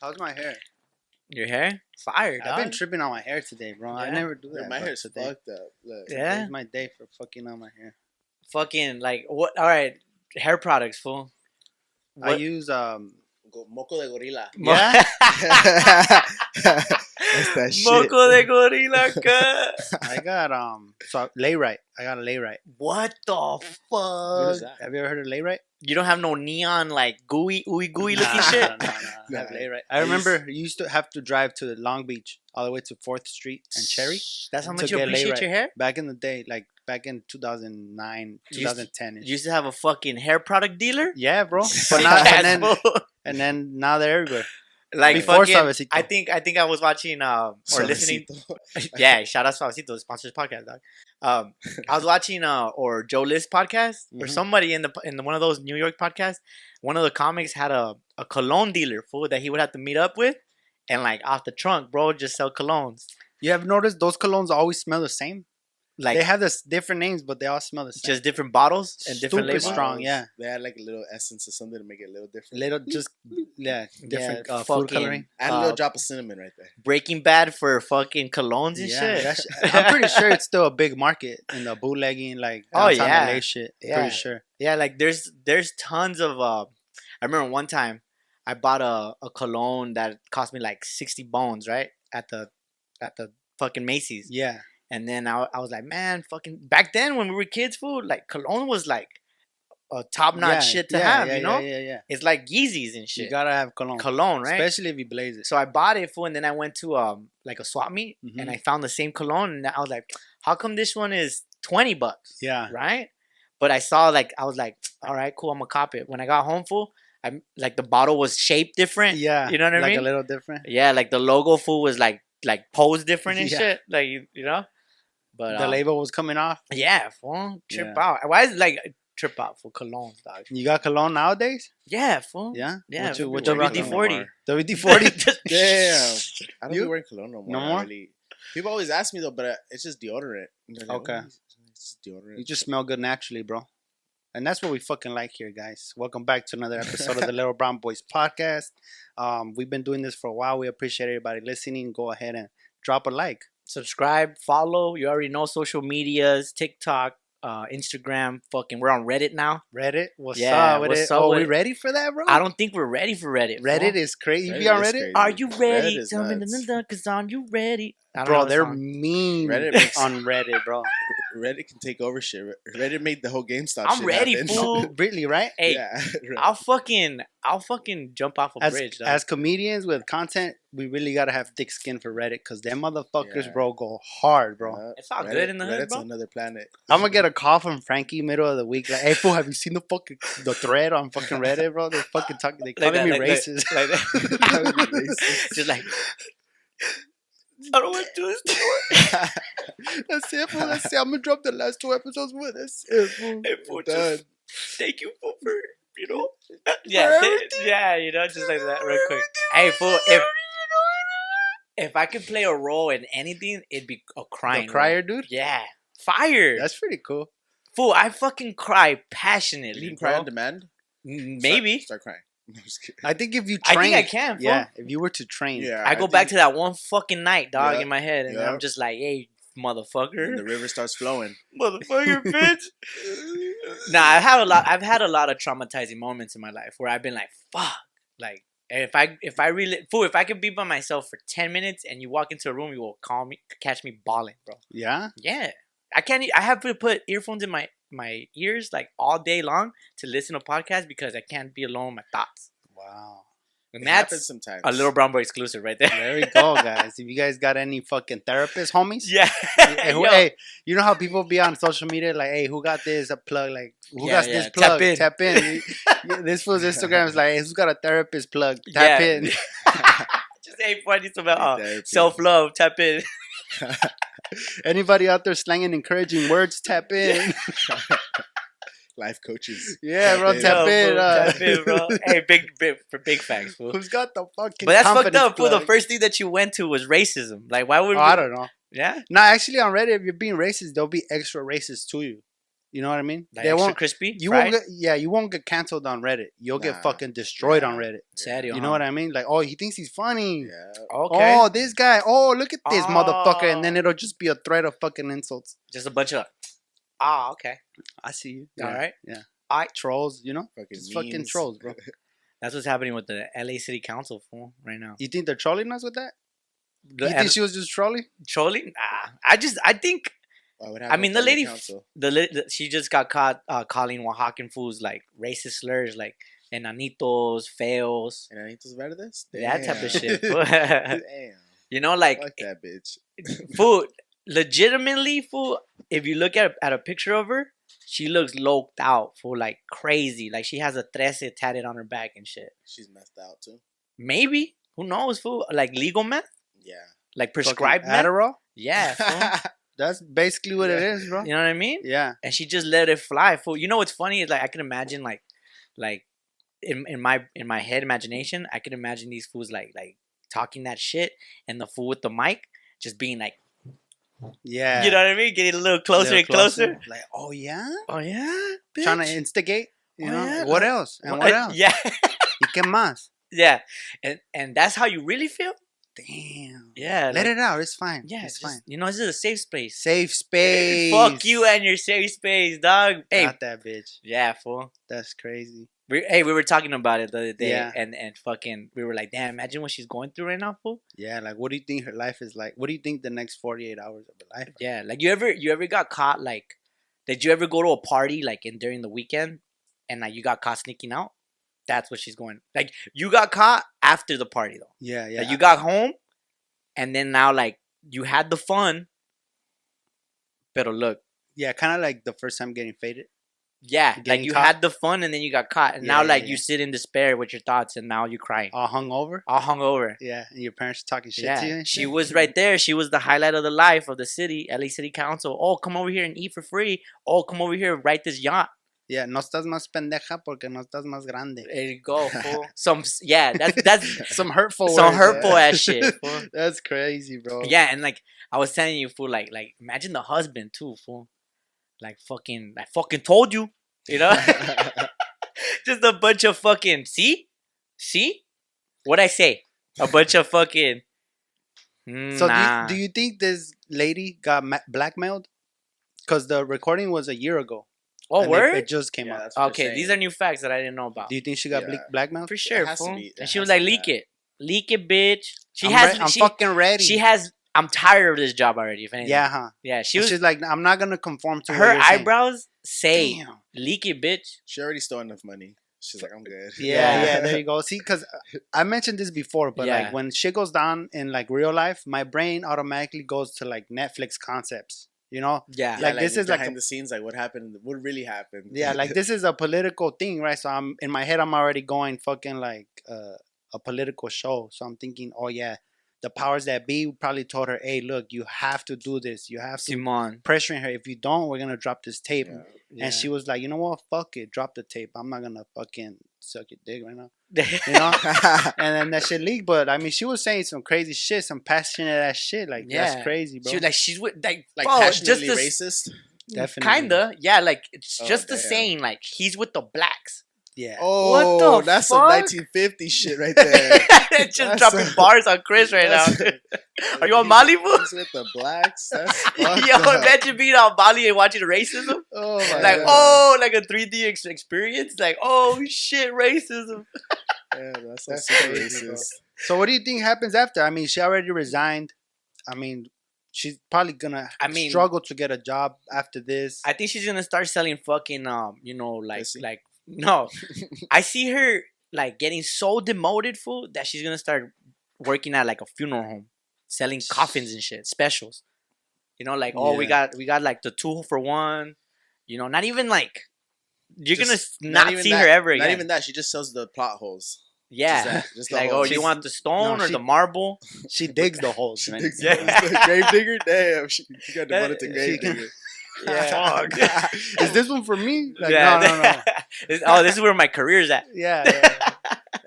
How's my hair? Your hair? Fire, dog. I've been tripping on my hair today, bro. I Yeah? never do that. Dude, my but hair's today. fucked up. Look. yeah. Today's my day for fucking on my hair. Fucking like what? All right, hair products, fool. I What- use um. Go- moco de gorilla. Yeah? that shit. Moco de gorilla. cut. I got um. So lay right. I got a lay right. what the What is fuck? that? Have you ever heard of lay right? You don't have no neon like gooey, ooey gooey looking Nah, shit. nah, nah, nah. Nah. Have lay right. I remember you used to have to drive to Long Beach all the way to Fourth Street and Cherry. That's how To much you get laid appreciate right. your hair. Back in the day, like back in 2009, You used to- 2010. You used to have a fucking hair product dealer. yeah, bro. But Sick now, ass and, then, fool. and then now they're everywhere. like Before fucking, Suavecito. I think I think I was watching um or listening. Suavecito. yeah, shout out Suavecito, sponsors podcast dog. Um, I was watching uh or Joe List podcast or Mm-hmm. Mhm. somebody in the in one of those New York podcasts. One of the comics had a a cologne dealer fool that he would have to meet up with, and like off the trunk, bro, just sell colognes. You have noticed those colognes always smell the same. Like they have this different names, but they all smell the same. just different bottles and different Stupid labels. strong. yeah. They had like a little essence or something to make it a little different. little, just yeah, different Yeah, uh, food fucking coloring. Add a little uh, drop of cinnamon right there. Breaking Bad for fucking colognes and shit. that's- I'm pretty sure it's still a big market in the bootlegging, like Oh, downtown yeah. LA shit. Yeah. Pretty sure. Yeah, like there's there's tons of. Uh, I remember one time I bought a, a cologne that cost me like sixty bones, right at the at the fucking Macy's, Yeah, and then I, I was like, man, fucking back then when we were kids, food like cologne was like a top notch Yeah, shit to yeah, have, yeah, you know? Yeah, yeah, yeah. It's like Yeezys and shit. You gotta have cologne, cologne, right? especially if you blaze it. So I bought it for, and then I went to um like a swap meet, and Mhm. I found the same cologne, and I was like, how come this one is twenty bucks? Yeah, right? But I saw like I was like, all right, cool, I'm gonna cop it. When I got home, fool, I like the bottle was shaped different. yeah. you know what I like mean? a little different. Yeah, like the logo fool was like like posed different and Yeah. shit. Like you, you know, but the um, label was coming off. yeah, fool, trip Yeah. out. Why is it like uh, trip out for colognes, dog? You got cologne nowadays? Yeah, fool. Yeah, Yeah, What you, what you WD rocking? forty. WD forty. Just- Damn. I don't You- be wearing cologne no more. No I more? really- People always ask me though, but uh, it's just deodorant. And they're like, Okay. "Oh, It's just deodorant. You just smell good naturally, bro. And that's what we fucking like here, guys. Welcome back to another episode of the Little Brown Boys podcast. Um, we've been doing this for a while. We appreciate everybody listening. Go ahead and drop a like. Subscribe, follow. You already know social medias, TikTok, uh, Instagram. Fucking, we're on Reddit now. Reddit, what's Yeah, up with what's it? up oh, we with- ready for that, bro? I don't think we're ready for Reddit. fool. Oh. Reddit is crazy. You be Reddit on is Reddit, crazy. Are you ready? is Tell me nuts. the dun- Cause on you ready? I don't know bro? the They're song. mean Reddit makes- on Reddit, bro. Reddit can take over shit. Reddit made the whole GameStop. I'm shit ready, happen. fool. really, right? Hey, yeah. Reddit. I'll fucking, I'll fucking jump off a As, bridge. dog. as comedians with content, we really gotta have thick skin for Reddit because them motherfuckers, Yeah. bro, go hard, bro. Yeah. it's all Reddit- good in the hood, Reddit's bro. another planet. I'm gonna get a call from Frankie middle of the week. Like, hey, fool, have you seen the fucking the thread on fucking Reddit, bro? They fucking talking, they Like calling that, me like that, racist. like that. Racist. Just like, I don't want to do this. that's it, fool. That's it. I'm gonna drop the last two episodes with us. Hey, fool, Done. just thank you for, for- you know, yeah, th- yeah, you know, just like that, real quick. Hey, fool, if if I could play a role in anything, it'd be a crying. The role. crier, dude. Yeah. Fire. That's pretty cool. Fool, I fucking cry You passionately. can cry bro. on demand. M- Start- Maybe. Start, crying. No, I'm just kidding. I think if you I train, think I can. Fool. yeah, if you were to train, Yeah. I go back to think that one fucking night, dog, Yeah, in my head, and then yeah. I'm just like, "Hey, when the motherfucker, river starts flowing. motherfucker, bitch." nah, I've had a lot. I've had a lot of traumatizing moments in my life where I've been like, "Fuck!" Like, if I if I really fool, if I could be by myself for ten minutes and you walk into a room, you will call me, catch me bawling, bro. yeah. Yeah, I can't. e- I have to put earphones in my my ears like all day long to listen to podcasts because I can't be alone with my thoughts. Wow. It And that's happens sometimes. a little brown boy exclusive right there. There we go, guys. if you guys got any fucking therapists, homies, Yeah. Hey, who, Yo. hey, you know how people be on social media like, hey, who got this a plug? Like, who Yeah, got yeah, this tap plug? in. Tap in. Yeah, this fool's Instagram is like, hey, who's got a therapist plug? Tap Yeah. in. Just ain't funny about uh, Therapy. self love. Tap in. Anybody out there slanging encouraging words? Tap in. life coaches. yeah, bro, Tap in. tap Yo, in. fool, uh, Tap in, bro. Hey, big, big for big facts, fool. Who's got the fucking? But that's fucked confidence up, fool. The plug? first thing that you went to was racism. Like, why would Oh, I don't know. Yeah. No, actually, on Reddit, if you're being racist, they'll be extra racist to you. You know what I mean? Like they extra won't. crispy. You fried? won't get. Yeah, you won't get canceled on Reddit. You'll Nah. get fucking destroyed on Reddit. Serio, You know huh? what I mean? Like, oh, he thinks he's funny. Yeah. Okay. Oh, this guy. Oh, look at this motherfucker. And then Oh. it'll just be a thread of fucking insults. Just a bunch of. Ah, okay. I see you. All right. yeah. I. Trolls, you know? Fucking Just fucking memes. trolls, bro. That's what's happening with the LA City Council fool right now. You think they're trolling us with that? The you L- think she was just trolling? trolling? Ah, I just I think Why would I mean, the have a lady- council? the, li- the she just got caught uh, calling Oaxacan fools like racist slurs like enanitos, fails, And I need those better this. that type of shit. fool. Damn. you know, like Fuck that bitch. food. Legitimately, fool. If you look at at a picture of her, she looks loped out, fool, like crazy. Like she has a trece tatted on her back and shit. She's messed out too. Maybe who knows, fool? Like legal meth, Yeah. like Fucking prescribed meth. Adderall? Yeah, fool. That's basically what it Yeah. is, bro. you know what I mean. Yeah. and she just let it fly. Fool. You know what's funny is like I can imagine like, like, in, in my in my head imagination, I can imagine these fools like like talking that shit, and the fool with the mic just being like, Yeah. you know what I mean, getting a little closer Little and closer. Like, oh, yeah? Oh yeah, bitch. Trying to instigate? You Oh, know? yeah, What like- else? And Well, what uh, else? Yeah, ¿Y qué más? yeah, and and that's how you really feel. Damn. Yeah, Let it out. It's fine. Yeah, It's it's just, fine. You know, this is a safe space. Safe space. Fuck you and your safe space, dog. Hey, Got that bitch. yeah, fool. That's crazy. We, hey, we were talking about it the other day, Yeah. and and fucking, we were like, damn, imagine what she's going through right now, fool. Yeah, like what do you think her life is like? What do you think the next forty eight hours of her life? are? Yeah, like you ever you ever got caught like did you ever go to a party like in during the weekend and like you got caught sneaking out? That's what she's going. Like you got caught after the party though. Yeah, yeah. Like you got home and then now like you had the fun. But look, yeah, kind of like the first time getting faded. yeah, like Getting you caught? had the fun and then you got caught and Yeah, now yeah, like yeah. Oh. you sit in despair with your thoughts and now you're crying. All hungover. All hungover. Yeah, and your parents are talking shit to you. Yeah, and she shit? was right there. She was the highlight of the life of the city, LA City Council. Oh, come over here and eat for free. Oh, come over here, write this yacht. Yeah, no estás más pendeja porque no estás más grande. There you go. fool. Some yeah, that's that's Some hurtful. some words, hurtful yeah. ass shit. fool. That's crazy, bro. Yeah, and like I was telling you, fool, like like imagine the husband too, fool. Like fucking, I fucking told you, you know, just a bunch of fucking. See, see, what I say? A bunch of fucking. Mm, So nah. do, you, do you think this lady got ma- blackmailed? Because the recording was a year ago. oh, and it- word. It, just came Yeah, out. that's what they're okay, these are saying. new facts that I didn't know about. Do you think she got Yeah. ble- blackmailed? For sure, has to fool. be- it and she was has to like, be leak that. it, leak it, bitch. She I'm has. re- I'm she, fucking ready. she has. I'm tired of this job already. If anything. yeah, huh? Yeah, she She was. was, She's like, I'm not gonna conform to what her you're saying." eyebrows say Damn. leak it, bitch. She already stole enough money. She's like, I'm good. Yeah, Yeah. yeah, there you go. See, because I mentioned this before, but Yeah. like when shit goes down in like real life, my brain automatically goes to like Netflix concepts. You know? Yeah. Like, this is like behind a- the scenes, like what happened, what really happened. Yeah, like this is a political thing, right? So I'm in my head, I'm already going fucking like uh, a political show. So I'm thinking, oh yeah, the powers that be probably told her, hey, look, you have to do this. You have to Simon. pressuring her. If you don't, we're gonna drop this tape. Yeah. And she was like, you know what? Fuck it, drop the tape. I'm not gonna fucking suck your dick right now. You know? and then that shit leaked. But I mean, she was saying some crazy shit, some passionate ass shit. Like that's Yeah. crazy, bro. She was like, she's with like, like bro, just passionately the- racist. Definitely. Kinda, yeah. Like it's Oh, just the damn. saying, like he's with the blacks. yeah. Oh, the that's fuck? some 1950 shit right there. just That's dropping a- bars on Chris right now. That's- Are you on Malibu? He's with the blacks. That's fucked Yo, up. imagine being on Bali and watching racism. oh my Like, God. oh, like a 3D ex- experience. Like, oh shit, racism. Yeah, That's that's, that's super crazy, bro. racist. So what do you think happens after? I mean, she already resigned. I mean, she's probably gonna I mean- struggle to get a job after this. I think she's gonna start selling fucking um, you know, like Pussy. like no. I see her like getting so demoted fool that she's gonna start working at like a funeral home, selling coffins and shit, specials. You know, like oh we Yeah. got we got like the two for one, you know, not even like you're gonna s- Just not, even see that- her ever again. Not even that. She just sells the plot holes. yeah. Just, that, just the like, oh, holes. you want the stone No, or she- the marble? she digs the holes, man. Digs- Yeah. the grave digger? Damn, she, she got That- demoted to she grave can- digger. Yeah. Fuck. Is this one for me? Like, yeah. No, no, no. oh, this is where my career's at. Yeah. yeah,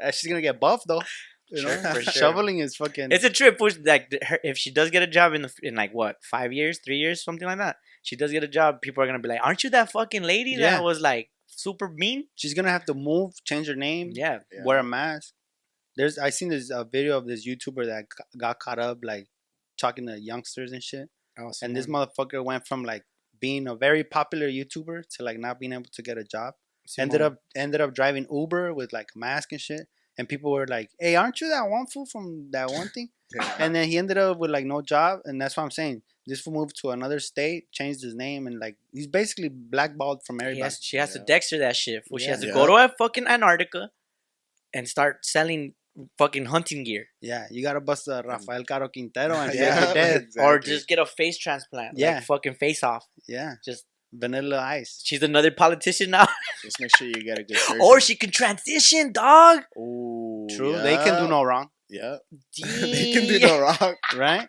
yeah. Uh, she's gonna get buff though. You Sure, know? for sure. Shoveling is fucking. It's a trip. Which like th- her, if she does get a job in the f- in like what five years, three years, something like that. She does get a job. People are gonna be like, "Aren't you that fucking lady Yeah. that was like super mean?" she's gonna have to move, change her name, Yeah. Yeah. wear a mask. There's I seen this uh, video of this YouTuber that g- got caught up like talking to youngsters and shit. Oh, And this motherfucker went from like being a very popular YouTuber to like not being able to get a job. Ended up ended up driving Uber with like a mask and shit. And people were like, "Hey, aren't you that one fool from that one thing?" Yeah. and then he ended up with like no job, and that's what I'm saying. This fool moved to another state, changed his name, and like he's basically blackballed from He everybody. has, she has Yeah. to Dexter that shit. Well, she has to Yeah. go to a fucking Antarctica and start selling fucking hunting gear, Yeah, you gotta bust Mm. a Rafael Caro Quintero and Yeah, yeah, dead. or exactly. just get a face transplant. Yeah. Yeah. Like fucking face off. Yeah, Just- vanilla ice. She's another politician now, Just make sure you get a good surgeon. or she can transition, dog. Ooh, True, they can do yeah, no wrong, Yeah, they They can do no wrong. right?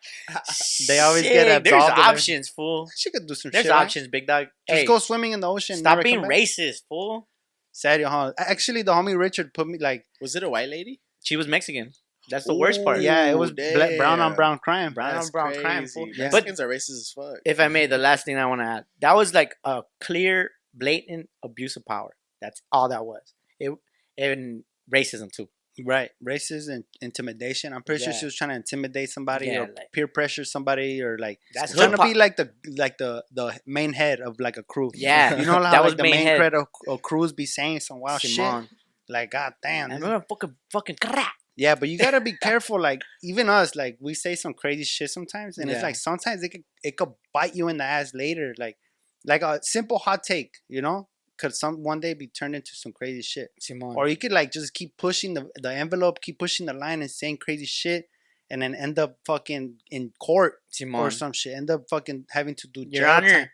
They always get Shit, There's absolved of it. options, fool. She could do some There's shit. right? options, big dog. Just Hey, go swimming in the ocean. stop never being come back. racist, fool. Serio, huh? Actually, the homie Richard put me like, Was it a white lady? She was Mexican. That's the worst part. yeah, it Ooh, was bla- brown on damn. brown crime. Brown on That's brown crime, crazy. fool. Yeah. Mexicans are racist as fuck. If I may, the last thing I want to add that was like a clear, blatant abuse of power. That's all that was. It and racism too. Right, racism and intimidation. I'm pretty Yeah. sure she was trying to intimidate somebody Yeah, or like- peer pressure somebody or like That's trying hood to be like the like the the main head of like a crew. Yeah, you know that how was like the main main, head. head of, of crews be saying some wild shit. Simone. Like, god damn. I this is remember fucking fucking crack. Yeah, but you gotta be careful. Like even us, like we say some crazy shit sometimes, and it's Yeah. like sometimes it could it could bite you in the ass later. Like like a simple hot take, you know, could some one day be turned into some crazy shit. Simone. Or you could like just keep pushing the the envelope, keep pushing the line, and saying crazy shit, and then end up fucking in court Simone. or some shit. End up fucking having to do Your jail Honor, time.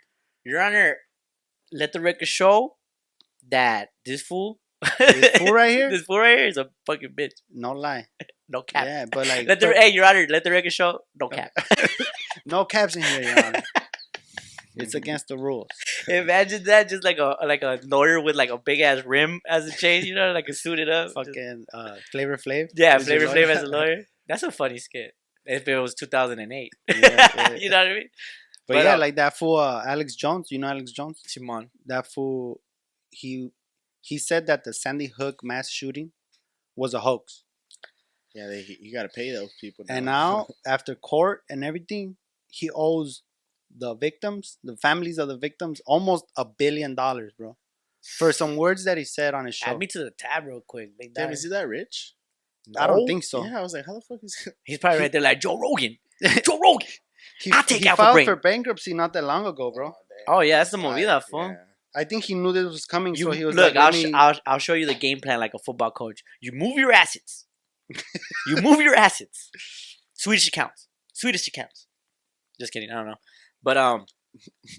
Your Honor, let the record show that this fool, This fool right here, this fool right here is a fucking bitch. no lie. No cap. Yeah, but like Let the but hey, Your Honor, let the record show. No cap. no caps in here, Your Honor. it's against the rules. Imagine that, just like a like a lawyer with like a big ass rim as a chain, you know, like a suited up. just- Fucking uh, Flavor Flav. yeah, is your Flavor lawyer. Flav as a lawyer. That's a funny skit. If it was 2008, yeah. you know what I mean? But, But, yeah, uh, like that fool uh, Alex Jones. You know Alex Jones? Simon, That fool, he he said that the Sandy Hook mass shooting was a hoax. Yeah, they, you gotta pay those people. And now after court and everything, he owes the victims, the families of the victims, almost a billion dollars, bro, for some words that he said on his show. add me to the tab real quick. Big damn, dog. is he that rich? I don't No. think so. Yeah, I was like, how the fuck is? He's probably right there, like Joe Rogan. Joe Rogan. He, I'll take he out for filed brain. for bankruptcy not that long ago, bro. Oh yeah, that's the Like, movida, fool. yeah. I think he knew this was coming, You so he was look. like, I'll, "Let sh- me- I'll I'll show you the game plan like a football coach. You move your assets. you move your assets. Swedish accounts. Swedish accounts. Just kidding. I don't know. But um,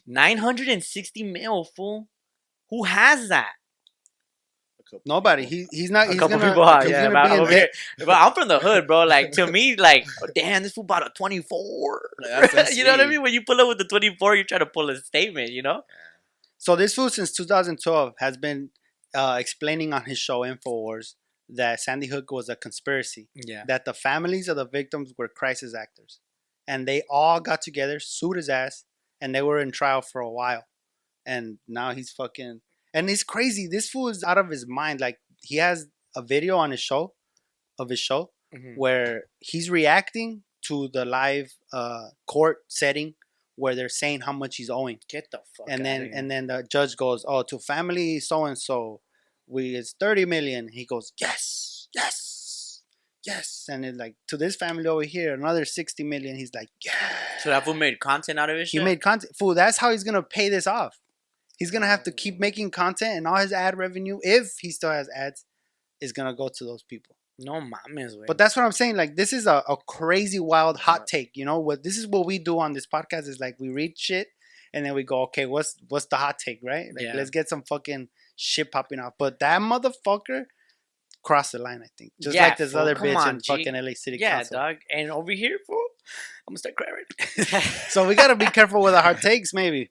nine hundred and sixty mil fool. Who has that? A couple Nobody. people. He, he's not. A he's couple gonna, people have. He's Yeah, gonna but be I'm, in over debt. here, but I'm from the hood, bro. Like to me, like oh, damn, this fool bought a twenty four. Like, that's- that's you know what I me. mean? When you pull up with the twenty four, you try to pull a statement. You know? So this fool since 2012 has been uh, explaining on his show Infowars that Sandy Hook was a conspiracy, Yeah. that the families of the victims were crisis actors, and they all got together, sued his ass, and they were in trial for a while, and now he's fucking and it's crazy. This fool is out of his mind. Like he has a video on his show, of his show, Mm. where he's reacting to the live uh, court setting where they're saying how much he's owing Get the fuck. and outta then here. and then the judge goes, "Oh, to family so and so, we it's thirty million. He goes, "Yes, yes, yes," and it's like to this family over here, another sixty million. He's like, "Yeah." So that fool made content out of his He shit. made content. Fool, that's how he's gonna pay this off. He's gonna have to keep making content, and all his ad revenue, if he still has ads, is gonna go to those people. no mames, güey. But that's what I'm saying. Like, this is a, a crazy, wild Yeah. hot take. You know what? This is what we do on this podcast. Is like we read shit and then we go, okay, what's what's the hot take, right? Like, Yeah. let's get some fucking shit popping off. But that motherfucker crossed the line. I think just Yeah, like this fool, other come bitch on, in G. fucking LA City yeah, Council. dog. And over here, fool, I'm gonna start crying. So we gotta be careful with our hot takes, maybe,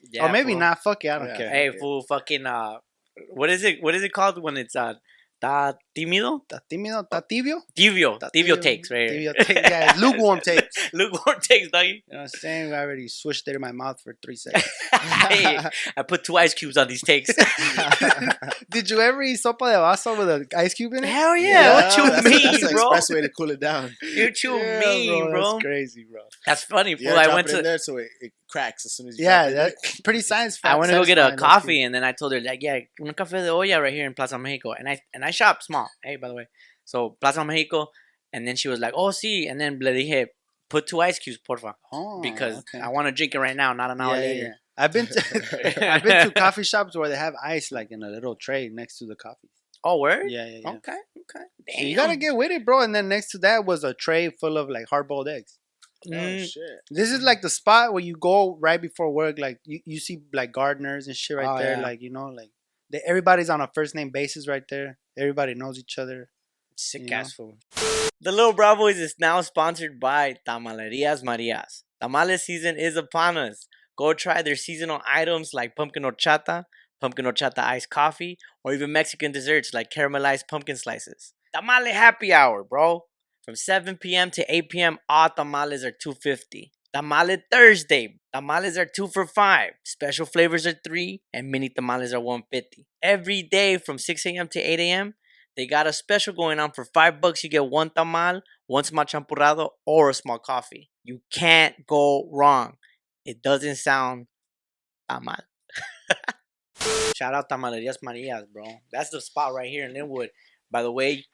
yeah, or Oh, maybe fool. not. Fuck it, I don't Yeah. care. Hey, fool, fucking uh, what is it? What is it called when it's uh, da Tímido? ¿Está tímido? ¿Está tibio? Tibio. ¿Está Tibio takes, right? Tibio takes, yeah, lukewarm takes. Lukewarm takes, doggy. You know what I'm saying? I already swished it in my mouth for three seconds. Hey, I put two ice cubes on these takes. Did you ever eat sopa de vaso with an ice cube in it? Hell yeah. that's, what you mean, that's the bro? express way to cool it down. What you Yeah, mean, bro? That's crazy, bro. That's funny, You fool. gotta I drop went it in to there so it, it cracks as soon as you. Yeah, drop it in. that's pretty science. I went to go get a satisfying, low-key. coffee, and then I told her like, yeah, un café de olla right here in Plaza Mexico, and I and I shop small. Hey, by the way, so Plaza Mexico, and then she was like, oh, sí, and then le dije, put two ice cubes, porfa, Oh, because okay. I want to drink it right now, not an hour Yeah, yeah, later. yeah. I've been to I've been to coffee shops where they have ice like in a little tray next to the coffee. Oh, word. Yeah, yeah, yeah. Okay, okay. So you gotta Oh, Damn. get with it, bro. And then next to that was a tray full of like hard boiled eggs. Oh, uh, Mm, shit. This is like the spot where you go right before work. Like you, you see like gardeners and shit right Oh, there. yeah. Like you know, like they, everybody's on a first name basis right there. Everybody knows each other. sick you ass food. The Little Bravois is now sponsored by Tamalerias Marias. Tamales season is upon us. Go try their seasonal items like pumpkin horchata, pumpkin horchata iced coffee, or even Mexican desserts like caramelized pumpkin slices. Tamale happy hour, bro. From 7 p.m. to 8 p.m., all tamales are 250. Tamale Thursday. Tamales are two for five. Special flavors are three, and mini tamales are 150. Every day from 6 a.m. to 8 a.m., they got a special going on for five bucks. You get one tamal, one small champurrado, or a small coffee. You can't go wrong. It doesn't sound tamal. Shout out Tamalerias Marias, bro. That's the spot right here in Linwood. By the way,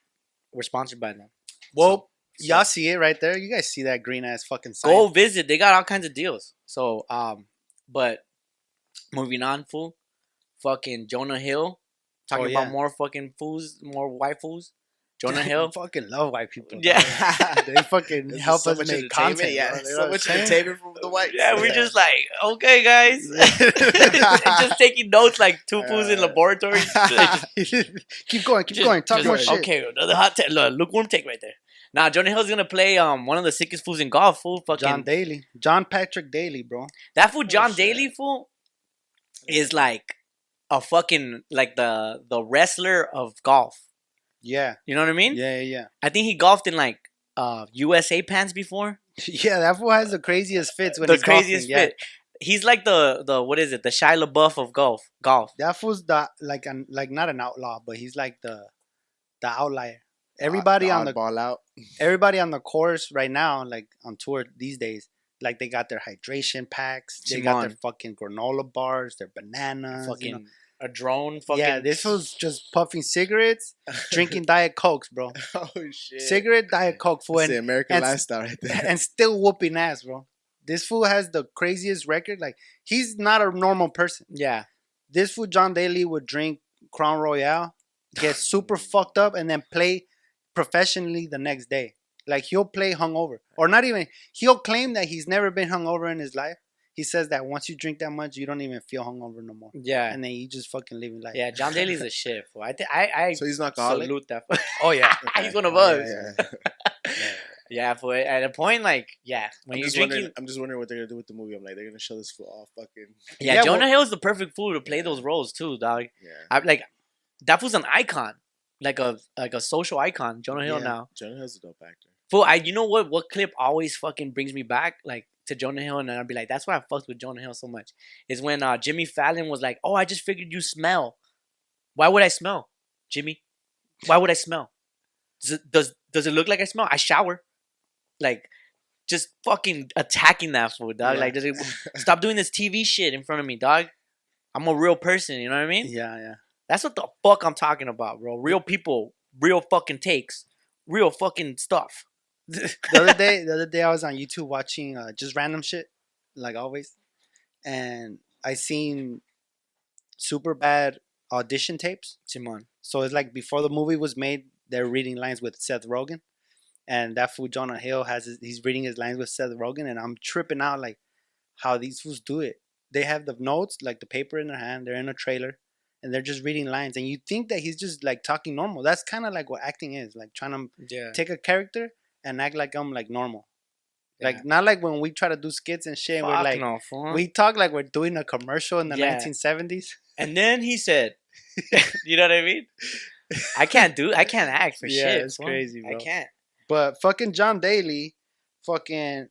we're sponsored by them. Well, So- y'all see it right there. You guys see that green ass fucking sign? Go visit. They got all kinds of deals. So, um, but moving on, fool. Fucking Jonah Hill. Talking Oh, about yeah. more fucking fools, more white fools. Jonah Hill. fucking love white people. Yeah. dog. they fucking There's help so us much make entertainment, content. Yeah, bro. You know so what much I'm saying? entertainment from the whites. Yeah, we're Yeah. just like, okay, guys. just taking notes like two fools in Uh, laboratories. Just- keep going, keep just- going. Talk just more like, shit. Okay, another hot take. Look, lukewarm take right there. Now, Jonah Hill's going to play um one of the sickest fools in golf, fool. Fucking, John Daly, Oh, John Patrick Daly, bro. that fool, John shit. Daly, fool, is like a fucking, like the the wrestler of golf. Yeah, You know what I mean? yeah, yeah, I think he golfed in like uh USA pants before. yeah. That fool has the craziest fits when the he's golfing, craziest yeah. fit. He's like the, the what is it, the Shia LaBeouf of golf. Golf. That fool's the like an like not an outlaw, but he's like the the outlier. Everybody on the ball out. everybody on the course right now, like on tour these days, like they got their hydration packs, they got their Simone. fucking granola bars, their bananas, fucking you know. a drone. Fucking yeah. This was just puffing cigarettes, drinking diet cokes, bro. Oh shit! Cigarette diet coke fool, That's the and, American and- lifestyle right there. and still whooping ass, bro. This fool has the craziest record. Like he's not a normal person. yeah. This fool John Daly would drink Crown Royale, get super fucked up, and then play professionally the next day. Like he'll play hungover, or not even. He'll claim that he's never been hungover in his life. He says that once you drink that much, you don't even feel hungover no more, Yeah. and then you just fucking live your life. Yeah. John Daly's a shit. Fool. I think I, so he's not I alcoholic. salute that. fool. Oh yeah. He's one of Oh, us. yeah, yeah. Yeah. For at a point like yeah, when I'm you're just drinking. wondering. I'm just wondering what they're gonna do with the movie. I'm like, they're gonna show this fool all fucking. Yeah, Yeah, Jonah well- Hill's the perfect fool to play those roles too, dog. Yeah. I like that was an icon, like a like a social icon. Jonah Hill Yeah. now. Jonah Hill's a dope actor. Fool, I you know what? What clip always fucking brings me back like to Jonah Hill, and I'd be like, that's why I fucked with Jonah Hill so much. Is when uh, Jimmy Fallon was like, "Oh, I just figured you smell. Why would I smell, Jimmy? Why would I smell? Does it, does does it look like I smell? I shower, like." Just fucking attacking that fool, dog. Yeah. Like, does it, stop doing this TV shit in front of me, dog. I'm a real person, you know what I mean? Yeah, yeah. That's what the fuck I'm talking about, bro. Real people, real fucking takes, real fucking stuff. the other day, the other day I was on YouTube watching uh, just random shit, like always, and I seen super bad audition tapes. Simon. So it's like before the movie was made, they're reading lines with Seth Rogen, and that fool Jonah Hill has his, he's reading his lines with Seth Rogen, and I'm tripping out like how these fools do it. They have the notes, like the paper in their hand. They're in a trailer, and they're just reading lines, and you think that he's just like talking normal. That's kind of like what acting is, like trying to Yeah. take a character and act like I'm like normal. Yeah. Like not like when we try to do skits and shit and we're Fuck like no, fool. we talk like we're doing a commercial in the Yeah. nineteen seventies. and then he said, you know what I mean? I can't do. I can't act for Yeah, shit. it's fool. crazy, bro. I can't. But fucking John Daly, fucking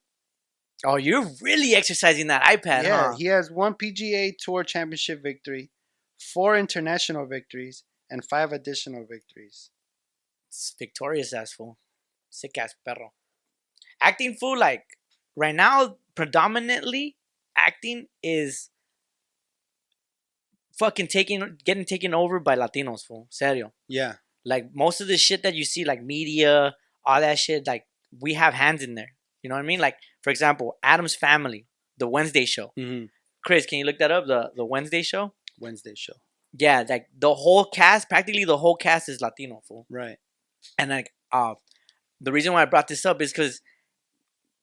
Oh, you're really exercising that iPad, yeah, huh? he has one PGA Tour championship victory, four international victories, and five additional victories. It's victorious ass fool, sick ass perro. Acting fool like right now predominantly acting is fucking taking getting taken over by Latinos fool. Serio. Yeah, Like most of the shit that you see, like media, all that shit, like we have hands in there. You know what I mean? Like for example, Adam's Family, the Wednesday show. mm-hmm. Chris, can you look that up? The the Wednesday show. Wednesday show, Yeah, like the whole cast, practically the whole cast is Latino, fool. right? And like, uh, the reason why I brought this up is because,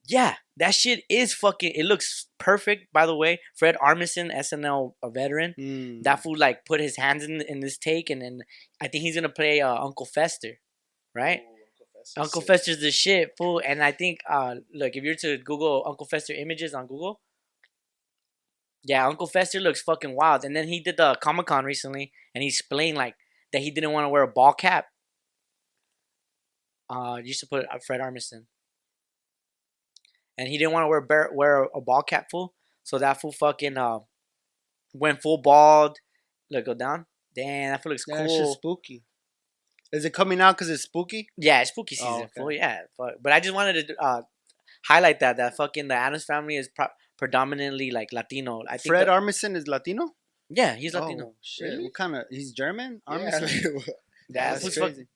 yeah, that shit is fucking. It looks perfect. By the way, Fred Armisen, SNL, a veteran, Mm. that fool like put his hands in in this take, and then I think he's gonna play uh, Uncle Fester, right? Uncle Fester's the shit, fool. And I think, uh, look, if you're to Google Uncle Fester images on Google, yeah, Uncle Fester looks fucking wild. And then he did the Comic Con recently, and he explained like that he didn't want to wear a ball cap. Uh, you should put uh, Fred Armisen, and he didn't want to wear bear, wear a, a ball cap, fool. So that fool fucking uh, went full bald. Look, go down. Damn, that fool looks yeah, cool. it's just spooky. Is it coming out because it's spooky? Yeah, it's spooky season. Oh, okay. fool, yeah, fuck. but I just wanted to uh, highlight that that fucking the Adams family is pro- predominantly like Latino. I think Fred the- Armisen is Latino. yeah, he's Latino. Oh shit! Really? What kind of? He's German. Yeah. Armisen. that, That's fool's crazy. fuck-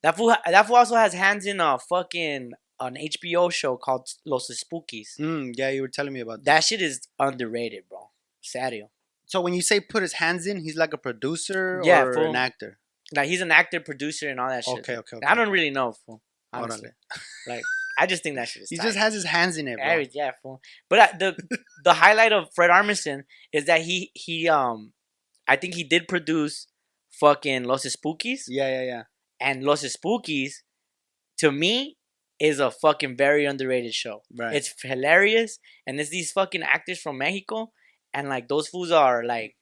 that fool ha- that fool also has hands in a fucking an HBO show called Los Spookies. Mm, yeah, you were telling me about that. That shit is underrated, bro. Serio. So when you say put his hands in, he's like a producer Yeah, or fool. an actor. Like he's an actor, producer, and all that shit. Okay, okay, okay. I don't really know, fool. Órale. Honestly, I just think that shit is. He tight. just has his hands in it, bro. Every- yeah, fool. But uh, the the highlight of Fred Armisen is that he he um, I think he did produce fucking Los Spookies, Yeah, yeah, yeah. and Los Spookies, to me, is a fucking very underrated show. Right. It's hilarious, and it's these fucking actors from Mexico, and like those fools are like,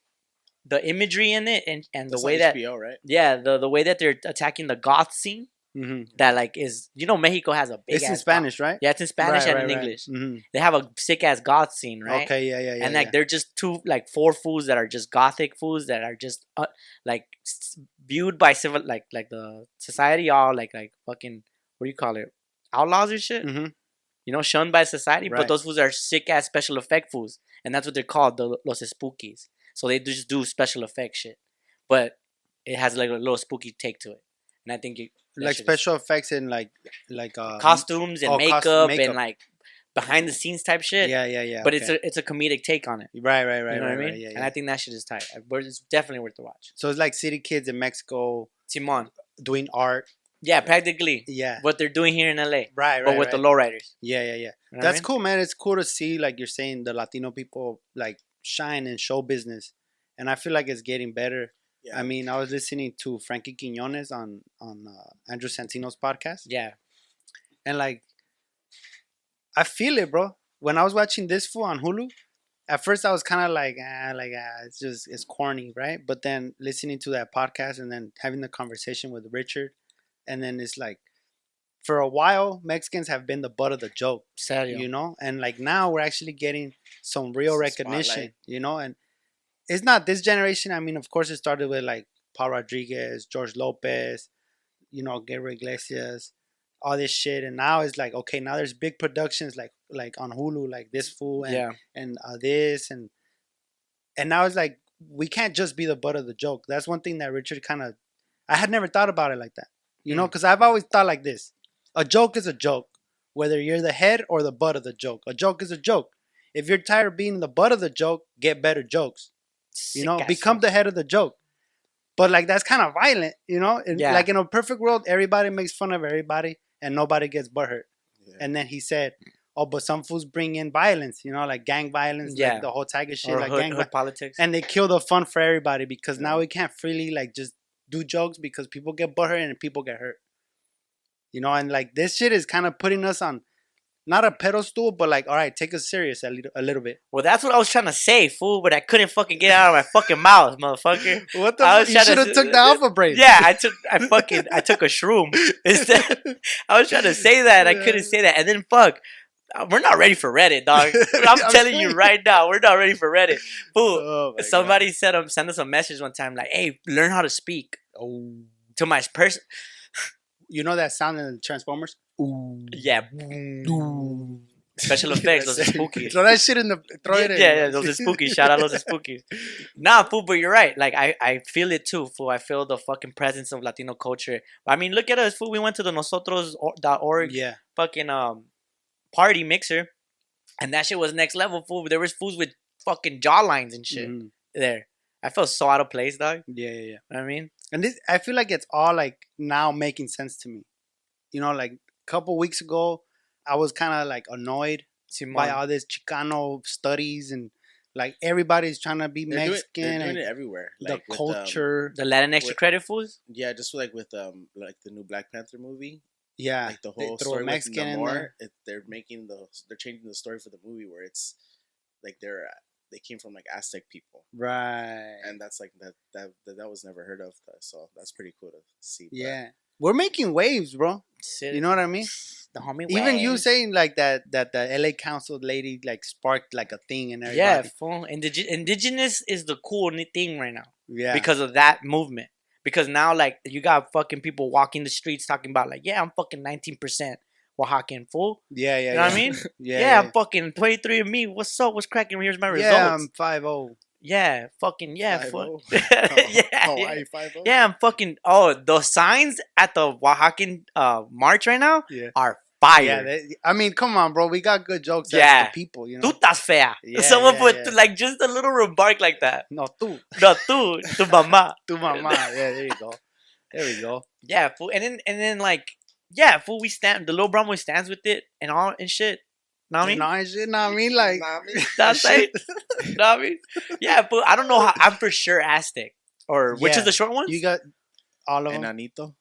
the imagery in it and and the way that HBO, right? yeah the the way that they're attacking the goth scene hmm that like is you know Mexico has a big It's in ass goth- Spanish, right? yeah it's in Spanish and in English hmm they have a sick ass goth scene, right? Okay, yeah, yeah, yeah. and like yeah. they're just two like four fools that are just gothic fools that are just uh, like s- viewed by civil like like the society all like like fucking what do you call it outlaws or shit Mhm. you know shunned by society but Right. those fools are sick ass special effect fools and that's what they're called the los spookies so they just do special effect shit but it has like a little spooky take to it and I think it, that like shit is- special effects and like like uh costumes and oh, cost- makeup, and makeup. like behind the scenes type shit Yeah, yeah, yeah. but it's okay. a it's a comedic take on it. right, right, right, you know right, what I mean? right. Yeah, And I yeah. think that shit is tight. I- we're- It's definitely worth the watch. So it's like city kids in Mexico Timon. doing art. Yeah, practically Yeah. what they're doing here in LA, Right, right. but with right. the lowriders. yeah, yeah, yeah. You know what I That's mean? cool, man. It's cool to see, like you're saying, the Latino people like shine in show business, and I feel like it's getting better. Yeah. I mean, I was listening to Frankie Quinones on on uh, Andrew Santino's podcast, Yeah, and like, I feel it, bro. When I was watching this fool on Hulu, at first I was kind of like, ah, like ah, it's just it's corny, right? But then listening to that podcast and then having the conversation with Richard, and then it's like, for a while, Mexicans have been the butt of the joke serio. you know and like now we're actually getting some real Some recognition spotlight. you know and it's not this generation i mean of course it started with like paul rodriguez george lopez you know gabriel iglesias all this shit and now it's like okay now there's big productions like like on hulu like this fool and yeah, and uh, this and and now it's like we can't just be the butt of the joke that's one thing that richard kind of i had never thought about it like that you know, know because i've always thought like this a joke is a joke whether you're the head or the butt of the joke a joke is a joke if you're tired of being the butt of the joke get better jokes you know become the head of the joke but like that's kind of violent you know In- Yeah. like in a perfect world everybody makes fun of everybody and nobody gets butthurt Yeah. and then he said, "Oh, but some fools bring in violence, you know, like gang violence, Yeah. like the whole tiger shit, or like hood, gang, hood vi- politics. and they kill the fun for everybody because now Yeah. we can't freely like just do jokes because people get butthurt and people get hurt, you know, and like this shit is kind of putting us on not a pedestal, but like, all right, take us serious a little, a little bit. Well, that's what I was trying to say, fool, but I couldn't fucking get it out of my fucking mouth, motherfucker. What the? I F- was you tryna should have s- uh, took the alpha break. Yeah, I took I fucking I took a shroom. Instead, I was trying to say that and I couldn't say that, and then fuck, uh, we're not ready for Reddit, dog. I'm I'm telling you saying. right now, we're not ready for Reddit. Fool, Oh my God. somebody said um, sent us a message one time like, "Hey, learn how to speak." Oh. To my person, You know that sound in the Transformers? yeah, special effects, those are spooky. Throw that shit in the. Throw yeah, it in. yeah, yeah, those are spooky. Shout out those are spooky. Nah, fool, but you're right. Like I, I feel it too, fool. I feel the fucking presence of Latino culture. I mean, look at us, fool. We went to the nosotros.org Yeah. fucking um party mixer, and that shit was next level, fool. There was fools with fucking jawlines and shit Mhm. there. I felt so out of place, dog. yeah, yeah, yeah. I mean, And this, I feel like it's all like now making sense to me. You know, like a couple weeks ago, I was kind of like annoyed by Simon. all this Chicano studies and like everybody's trying to be They're doing, Mexican they're doing and it everywhere. the Like with, um, culture. the Latin extra What- credit fools. yeah, just like with um like the new Black Panther movie, yeah. like the they whole throw a story Mexican in with Namor. there. It, they're making the they're changing the story for the movie where it's like they're uh, they came from like Aztec people, right. and that's like that that that, that was never heard of. So that's pretty cool to see. but- yeah. We're making waves, bro. Shit. You know what I mean? the homie. Even you waves. saying like that that the LA council lady like sparked like a thing in everybody. Yeah, fool. Indige- indigenous is the cool ni- thing right now. Yeah. because of that movement. Because now, like, you got fucking people walking the streets talking about, like, yeah, I'm fucking 19% Oaxacan fool. yeah, yeah. You know what yeah. I mean? Yeah. Yeah, I'm fucking 23 and me. What's up? What's cracking? Here's my results. Yeah, um, Yeah, I'm five oh. zero. fucking, yeah. Fuck. 5-0. yeah, yeah. Oh, Hawaii Five O. Yeah, I'm fucking, oh, the signs at the Oaxacan uh, march right now Yeah. are fire. Yeah, that, I mean, come on, bro. We got good jokes. Yeah, Yeah. the people, you know. Tú estás fea. Yeah, Someone yeah, put yeah. like just a little remark like that. No, tú, No, tú, tu mamá. tu mamá. Yeah, there you go. There we go. Yeah, fool. And then and then like yeah, fool. We stand the little brown boy stands with it and all and shit. Know what I mean? no, and shit, no, I mean, like, Nah, I mean, That's right. know what I mean? Yeah, fool. I don't know how. I'm for sure Aztec or which Yeah, is the short one? you got all of them. Enanito.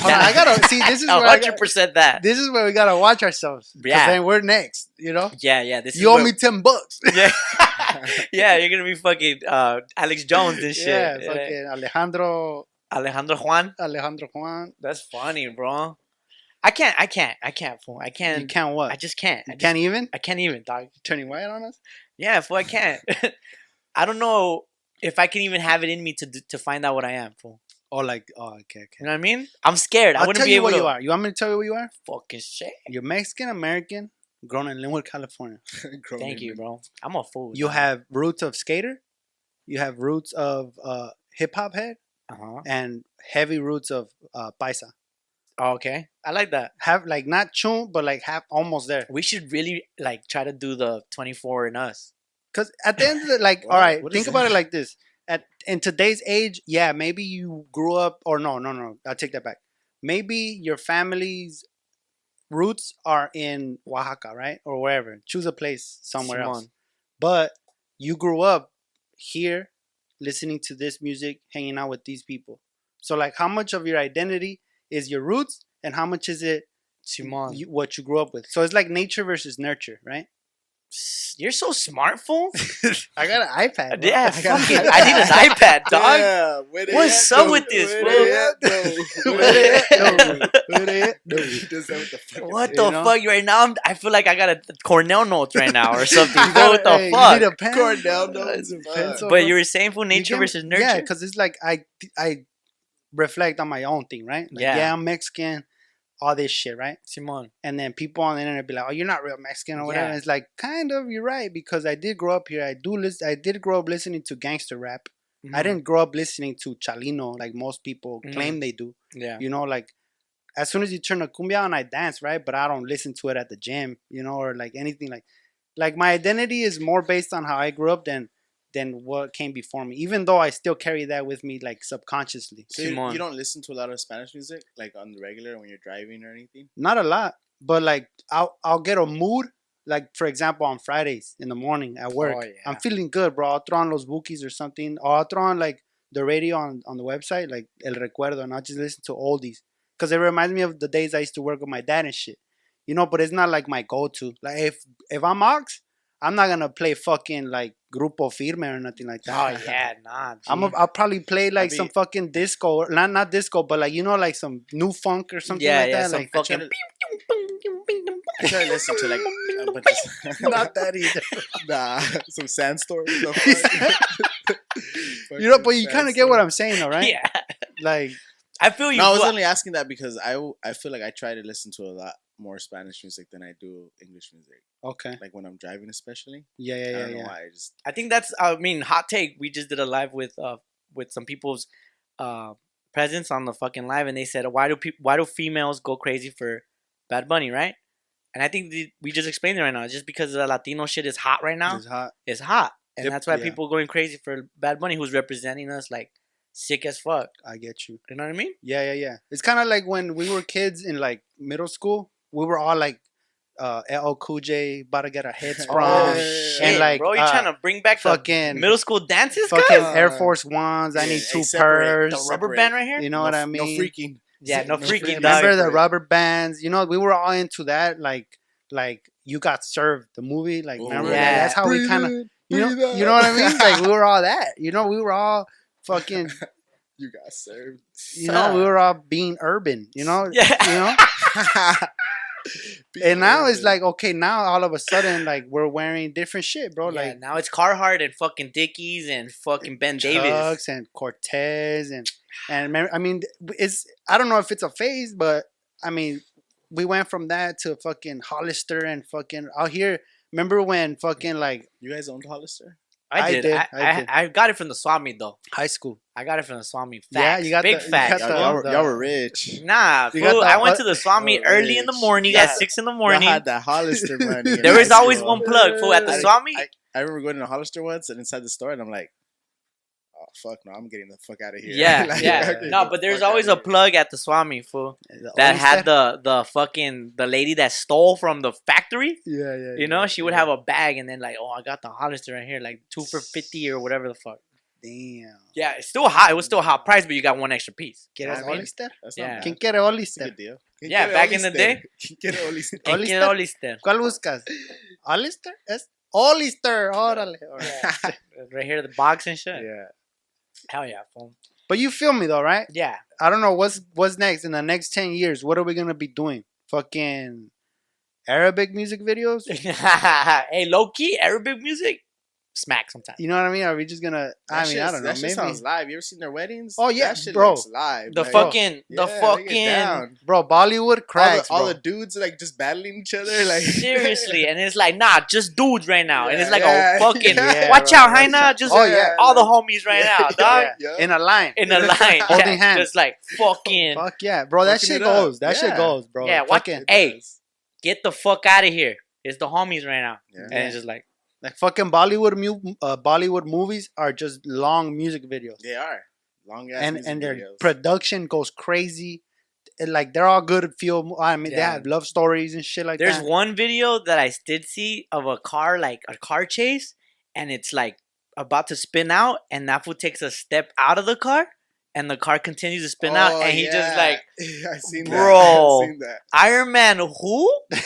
Hold on, I gotta see. This is where I Oh, hundred got, percent that. this is where we gotta watch ourselves. Yeah, Yeah. then we're next. You know, Yeah, yeah. This you is owe where- me ten bucks. Yeah, yeah. You're gonna be fucking uh, Alex Jones and shit. Yeah, Yeah. fucking Alejandro, Alejandro Juan. Alejandro Juan. That's funny, bro. I can't. I can't. I can't. Fool. I you can't. can't what? I just can't. I you just- can't even I can't even dog. turning white on us. Yeah, fool, I can't. I don't know if I can even have it in me to d- to find out what I am, fool. Or like, oh, okay, You okay. know what I mean? I'm scared. I I'll wouldn't tell be you able what to. you are. You want me to tell you what you are? Fucking shit. You're Mexican American, grown in Linwood, California. Grown Thank you, women. bro. I'm a fool. You have roots of skater, you have roots of uh, hip hop head, Uh huh. and heavy roots of uh, paisa. Oh, okay. I like that. Have like not chun, but like have almost there. We should really like try to do the 24 in us. Cause at the end of the like, What? all right, What is think about it like this. At in today's age, yeah, maybe you grew up, or no, no, no, I'll take that back. Maybe your family's roots are in Oaxaca, right, or wherever. Choose a place somewhere else. Simón. But you grew up here, listening to this music, hanging out with these people. So like, how much of your identity is your roots, and how much is it Simon, you, what you grew up with? So it's like nature versus nurture, right? you're so smart, fool. I got an iPad. bro. yeah, I got fuck an it. I need an iPad, dog. Yeah, with it What's at, up though. with this, it bro? at, though. With it, No, no. he does that with the fucking- What You the know? fuck? Right now, I'm, I feel like I got a Cornell note right now or something. You bro, what gotta- the hey, fuck? You need a pen? Cornell Uh, knows it's a fuck. pencil, but bro. you were saying for You nature can- versus nurture. Yeah, because it's like I I reflect on my own thing, right? Like, yeah. Yeah. I'm Mexican, all this shit, right? Simon. And then people on the internet be like, "Oh, you're not real Mexican or whatever." Yeah. It's like kind of you're right because I did grow up here. I do listen. I did grow up listening to gangster rap. Mm-hmm. Mm. I didn't grow up listening to Chalino like most people Mhm. claim they do. Yeah. You know, like as soon as you turn a cumbia on, I dance, right? But I don't listen to it at the gym, you know, or like anything like like my identity is more based on how I grew up than than what came before me. Even though I still carry that with me like subconsciously. So you, Simón. you don't listen to a lot of Spanish music, like on the regular when you're driving or anything. Not a lot, but like I'll I'll get a mood. Like for example, on Fridays in the morning at work, Oh, I'm yeah. feeling good, bro. I'll throw on Los Bookies or something, or I'll throw on like the radio on, on the website, like El Recuerdo, and I'll just listen to oldies because it reminds me of the days I used to work with my dad and shit. You know, but it's not like my go-to. Like if if I'm Ox, I'm not gonna play fucking like Grupo Firme or nothing like Oh that. yeah, nah. I'm a, dude. I'll probably play like be- some fucking disco, or not not disco, but like you know, like some new funk or something yeah, like yeah, that. some like fucking. I try to listen to like a bunch of not that either. nah, some sandstorm. you know, but you kind of get what I'm saying, though, right? Yeah, Like I feel you. No, I was but- only asking that because I w- I feel like I try to listen to a lot more Spanish music than I do English music. okay, Like when I'm driving, especially. yeah, yeah, I yeah, don't know yeah. why. I just I think that's. I mean, hot take. We just did a live with uh with some people's uh presence on the fucking live, and they said, "Why do people? Why do females go crazy for Bad Bunny?" Right? And I think the, we just explained it right now. It's just because the Latino shit is hot right now. It's hot. It's hot, and Yep, that's why yeah. people going crazy for Bad Bunny, who's representing us like sick as fuck. I get you. You know what I mean? Yeah, yeah, yeah. It's kind of like when we were kids in like middle school. We were all like, uh, "LL Cool J about to get a head Oh, sprung," yeah, yeah, yeah. and Shit, like bro, you uh, trying to bring back the fucking middle school dances, guys? fucking guy? Air Force Ones. I Yeah, need they two separate pairs. the rubber band right here? You know what I mean? No freaking. yeah, no no freaking freaking dog. Remember the Right. rubber bands? You know, we were all into that. Like, like you got served the movie. Like, Ooh. remember? that? Yeah. That's how we Breathe kind of in, You know, breathe out. you know what I mean? Like we were all that. You know, we were all fucking. You got served. You know, we were all being urban. You know, Yeah. you know. And now it's like okay, now all of a sudden, like we're wearing different shit, bro. yeah, Like now it's Carhartt and fucking Dickies and fucking Ben Davis. Chucks and Cortez and and remember- I mean, it's I don't know if it's a phase, but I mean, we went from that to fucking Hollister and fucking out here. Remember when fucking like you guys owned Hollister. I I did. I, did, I, I I, did. got it from the swap meet though. high school? I got it from the swap meet. Yeah, Facts. you got Big the- you facts. got Y'all, the- bro. y'all were, y'all were rich. Nah, you got fool, the- I went to the swap meet Oh, early in the bitch. morning Yeah. at six in the Y'all morning. had that Hollister money. in There high is always school. one plug fool at the I- swap meet. I remember going to Hollister once and inside the store, and I'm like, "Oh fuck no, I'm getting the fuck out of here." Yeah, Like, yeah. I'm getting No, the but there's fuck always a outta here. plug at the swap meet, fool. The That oldest there? had the the fucking the lady that stole from the factory. yeah, yeah. You know, she would have a bag and then like, oh, I got the Hollister right here, like two for fifty or whatever the fuck. damn. Yeah, it's still hot. It was still a hot price, but you got one extra piece. You know ¿Quieres what I mean? Hollister? That's Yeah. not ¿Quién bad. quiere It's Hollister? a good deal. Quien Yeah, quiere back in the Hollister. day. Quien quiere Hollister. Quien Hollister? quiere Hollister? ¿Cuál buscas? ¿Hollister? Es Hollister, órale. órale. Right here, the box and shit. Yeah. Hell yeah, fool. But you feel me though, right? Yeah, I don't know what's what's next in the next ten years. What are we gonna be doing? Fucking Arabic music videos? hey, low key Arabic music, smack sometimes. You know what I mean? Are we just gonna? I That mean, shit I is- don't know. That shit Maybe, sounds live. You ever seen their weddings? Oh, yeah, that shit bro. looks live. The Like, fucking, the yeah, they get fucking, down. bro. Bollywood All the, cracks, all bro. the dudes like just battling each other. Like seriously, and it's like nah, just dudes right now, and it's Yeah, like yeah. oh fucking, Yeah, watch bro, out, watch Haina, out. just Oh, yeah. all the homies right now, dog, Yeah. Yeah. in a line. in a line, Holding yeah, hands. just like fucking, Fuck yeah, bro. That Fucking shit it up. goes. That shit Yeah. goes, bro. Yeah, watch- fucking Hey. get the fuck out of here. It's the homies right now, Yeah. and it's just like like fucking Bollywood mu- uh, Bollywood movies are just long music videos. They are long ass and music and their videos. production goes crazy. And, like they're all good film. I mean, Yeah. they have love stories and shit like There's that. one video that I did see of a car, like a car chase, and it's like about to spin out, and Nafu takes a step out of the car, and the car continues to spin out, Oh, and he just yeah. like I seen Bro. that. I seen that. Iron Man, who?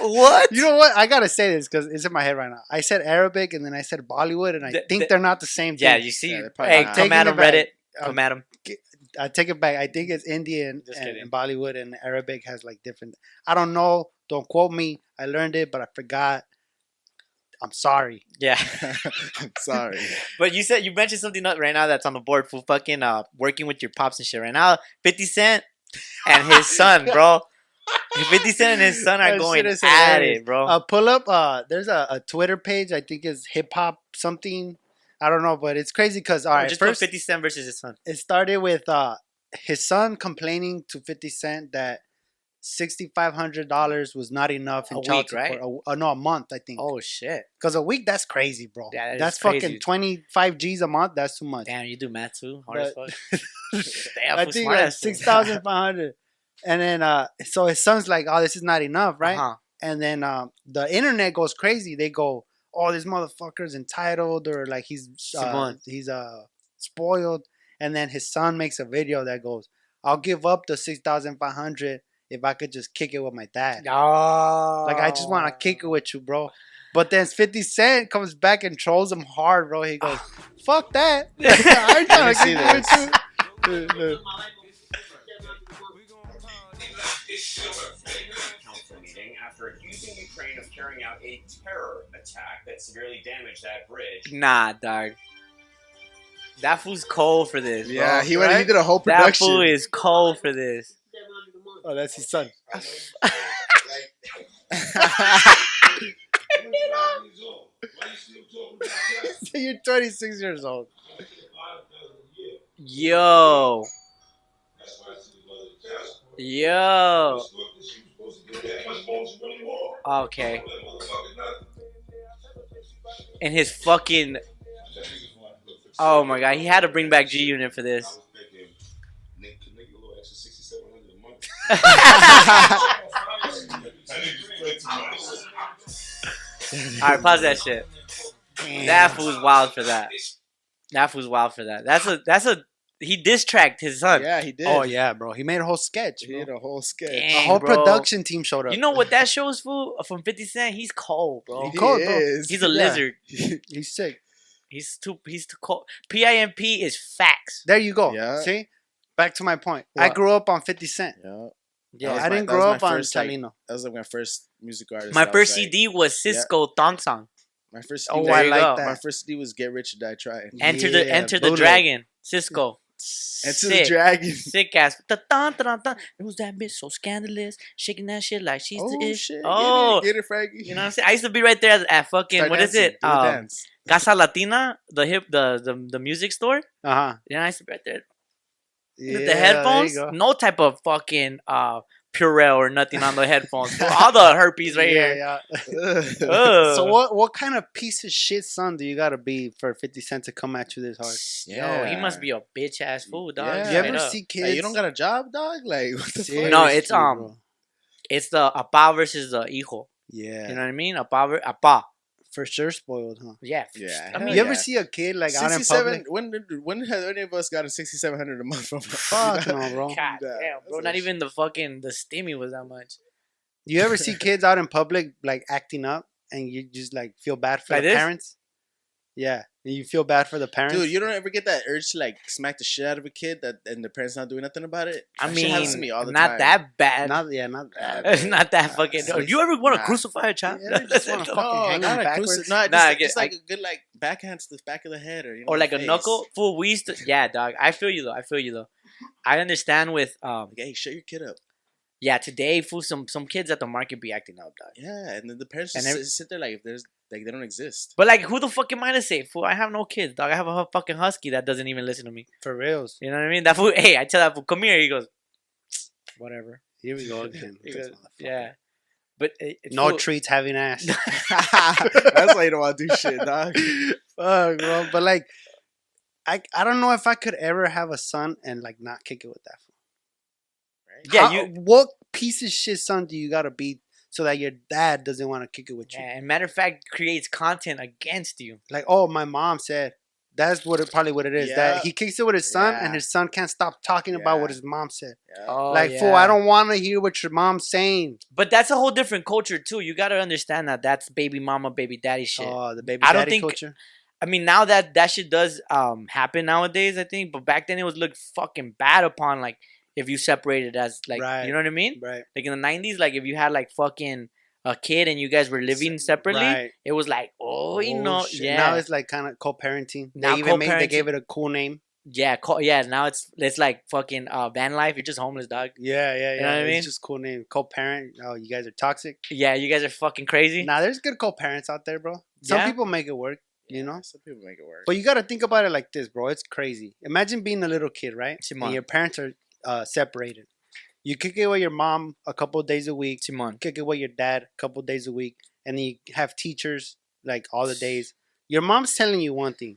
what? You know what? I gotta say this because it's in my head right now. I said Arabic and then I said Bollywood, and I Th- think th- they're not the same. yeah, thing. you see, Yeah, they're probably hey, not. come Taking at it him, Reddit, back. Um, come at him. I take it back. I think it's Indian Just and, kidding. and Bollywood and Arabic has like different. I don't know. Don't quote me. I learned it, but I forgot. I'm sorry. Yeah, I'm sorry. but you said you mentioned something not- right now that's on the board for fucking uh working with your pops and shit right now. Fifty Cent and his son, bro. Fifty Cent and his son That are shit going is at hilarious. it, bro. Uh, pull up. Uh, there's a, a Twitter page. I think is hip hop something. I don't know, but it's crazy because all Oh, right, just first put 50 Cent versus his son. it started with uh his son complaining to 50 Cent that $6,500 was not enough in A child week, right? support. A, uh, no, a month, I think. Oh shit! Because a week, that's crazy, bro. Yeah, that is that's crazy. fucking 25 G's a month. That's too much. Damn, you do math too. Hard as fuck. Damn, I fool, think smart like ass fool. 6500 And then, uh, so his son's like, oh, this is not enough, right? Uh-huh. And then uh, the internet goes crazy. They go, oh, this motherfucker's entitled or like he's uh, Simón. he's uh, spoiled. And then his son makes a video that goes, I'll give up the 6500 if I could just kick it with my dad. No. Like I just want to kick it with you, bro. But then 50 Cent comes back and trolls him hard, bro. He goes, "Fuck that! I'm trying to see kick it with you." Dude, look. Council meeting after accusing Ukraine of carrying out a terror attack that severely damaged that bridge. Nah, dog. That fool's cold for this. bro. Yeah, he went. He did a whole That production. fool is cold for this. Oh, that's his son. You're 26 years old. Yo. Yo. Okay. And his fucking. Oh my god, he had to bring back G Unit for this. Alright, pause that shit. That fool's wild for that. That fool's wild for that. That's a. That's a. He diss tracked his son. Yeah, he did. Oh yeah, bro. He made a whole sketch. He Bro. did a whole sketch. A Dang, whole bro. production team showed up. You know what that shows, fool? Uh, From 50 Cent, he's cold, bro. He cold, bro. is. He's a Yeah. lizard. he's sick. He's too. He's too cold. PIMP is facts. There you go. Yeah. See, back to my point. I What? grew up on 50 Cent. Yeah, Yeah, was I my- didn't that was grow my up on first, like, Salino. that was like my first music artist. My I first was like- CD was Cisco Thong Song. My first CD. Oh, There I you like go. that. My first CD was Get Rich or Die Trying. Enter the Yeah, Enter the bullet. Dragon. Cisco. Enter Sick. the Dragon. Sick ass. Dun, dun, dun, dun. It was that bitch so scandalous, shaking that shit like she's Oh the ish. shit! Oh, get it, get it Frankie. you know what I'm saying? I used to be right there at, at fucking Start what is dancing, it? do the Um, dance. Casa Latina, the hip, the the, the music store. Uh huh. Yeah, I used to be right there Yeah, there with the you headphones. go. No type of fucking uh Purell or nothing on the headphones. All the herpes right Yeah, here. Oh. yeah. Ugh. So what what kind of piece of shit son do you gotta be for 50 Cent to come at you this hard? Yo, he Yeah. must be a bitch ass fool, dog. Yeah. You Straight ever up. see kids? Hey, you don't got a job, dog. Like what the fuck? No, it's, Seriously, um, bro. It's the apa versus the hijo. yeah, You know what I mean? Apa, ver- apa. for sure spoiled, huh? Yeah. Yeah, I hell mean, you ever yeah. see a kid like out in 67 public? when did- when has any of us gotten 6700 a month from Fuck no, bro. God Yeah, damn, bro. that's Not a- even the fucking the stimmy was that much. You ever see kids out in public like acting up and you just like feel bad for Like the this? parents? Yeah, and you feel bad for the parents. dude you don't ever get that urge to like smack the shit out of a kid that and the parents not doing nothing about it I That shit happens mean, to me all the not time. that bad. Not, not yeah, not Ah, that. that nah, fucking. it's- you ever want to nah. crucify a child? Yeah, I just wanna No. fuck- fucking hang not him a backwards. cruci- not Oh, Nah, just, I get- like- just like a good like backhand to the back of the head or you know or the like a face. knuckle. Fool, we used to. Yeah, dog. I feel you though. I feel you though. I understand with um. like hey shut your kid up Yeah, today fool some some kids at the market be acting up, dog. yeah and then the parents And just every- sit, sit there like if there's like they don't exist But like, who the fuck am I to say? Fool, I have no kids, dog. I have a hu- fucking husky that doesn't even listen to me. For reals. You know what I mean? That fool. Hey, I tell that fool, come here. He goes, whatever. Here we go again. He with this goes, motherfucker. yeah. But it, it's No fool- treats having ass. that's why you don't want to do shit dog Fuck, bro. But like, I I don't know if I could ever have a son and like not kick it with that. fool. Yeah, How- you. What piece of shit son do you gotta be so that your dad doesn't want to kick it with you? Yeah, and matter of fact, creates content against you. Like, oh, my mom said. That's what it probably what it is. Yeah. That he kicks it with his son, and Yeah. his son can't stop talking about what Yeah. his mom said. yeah. Oh, like, fool, I don't want to hear what your mom's saying. But that's a whole different culture too. You gotta understand that that's baby mama, baby daddy shit. Oh, the baby I daddy don't think- culture. I mean, now that that shit does um happen nowadays, I think. But back then, it was looked fucking bad upon. Like if you separated as like, Right. you know what I mean? Right. Like in the nineties, like if you had like fucking a kid and you guys were living separately, Right. it was like, oh, you Oh, know, shit. yeah, Now it's like kind of co-parenting. They Now even made, they co-parenting. gave it a cool name. yeah, co- yeah. Now it's it's like fucking uh, van life. You're just homeless, dog. Yeah, yeah, yeah. You know what I mean? It's just cool name. Co-parent. Oh, you guys are toxic. Yeah, you guys are fucking crazy. Now there's good co-parents out there, bro. Some Yeah. people make it work, you know. some people make it work But you got to think about it like this, bro. It's crazy. Imagine being a little kid, right? Simón. And your parents are uh, separated. You kick it with your mom a couple days a week. Simon. Kick it with your dad a couple days a week, and then you have teachers like all the days. Your mom's telling you one thing,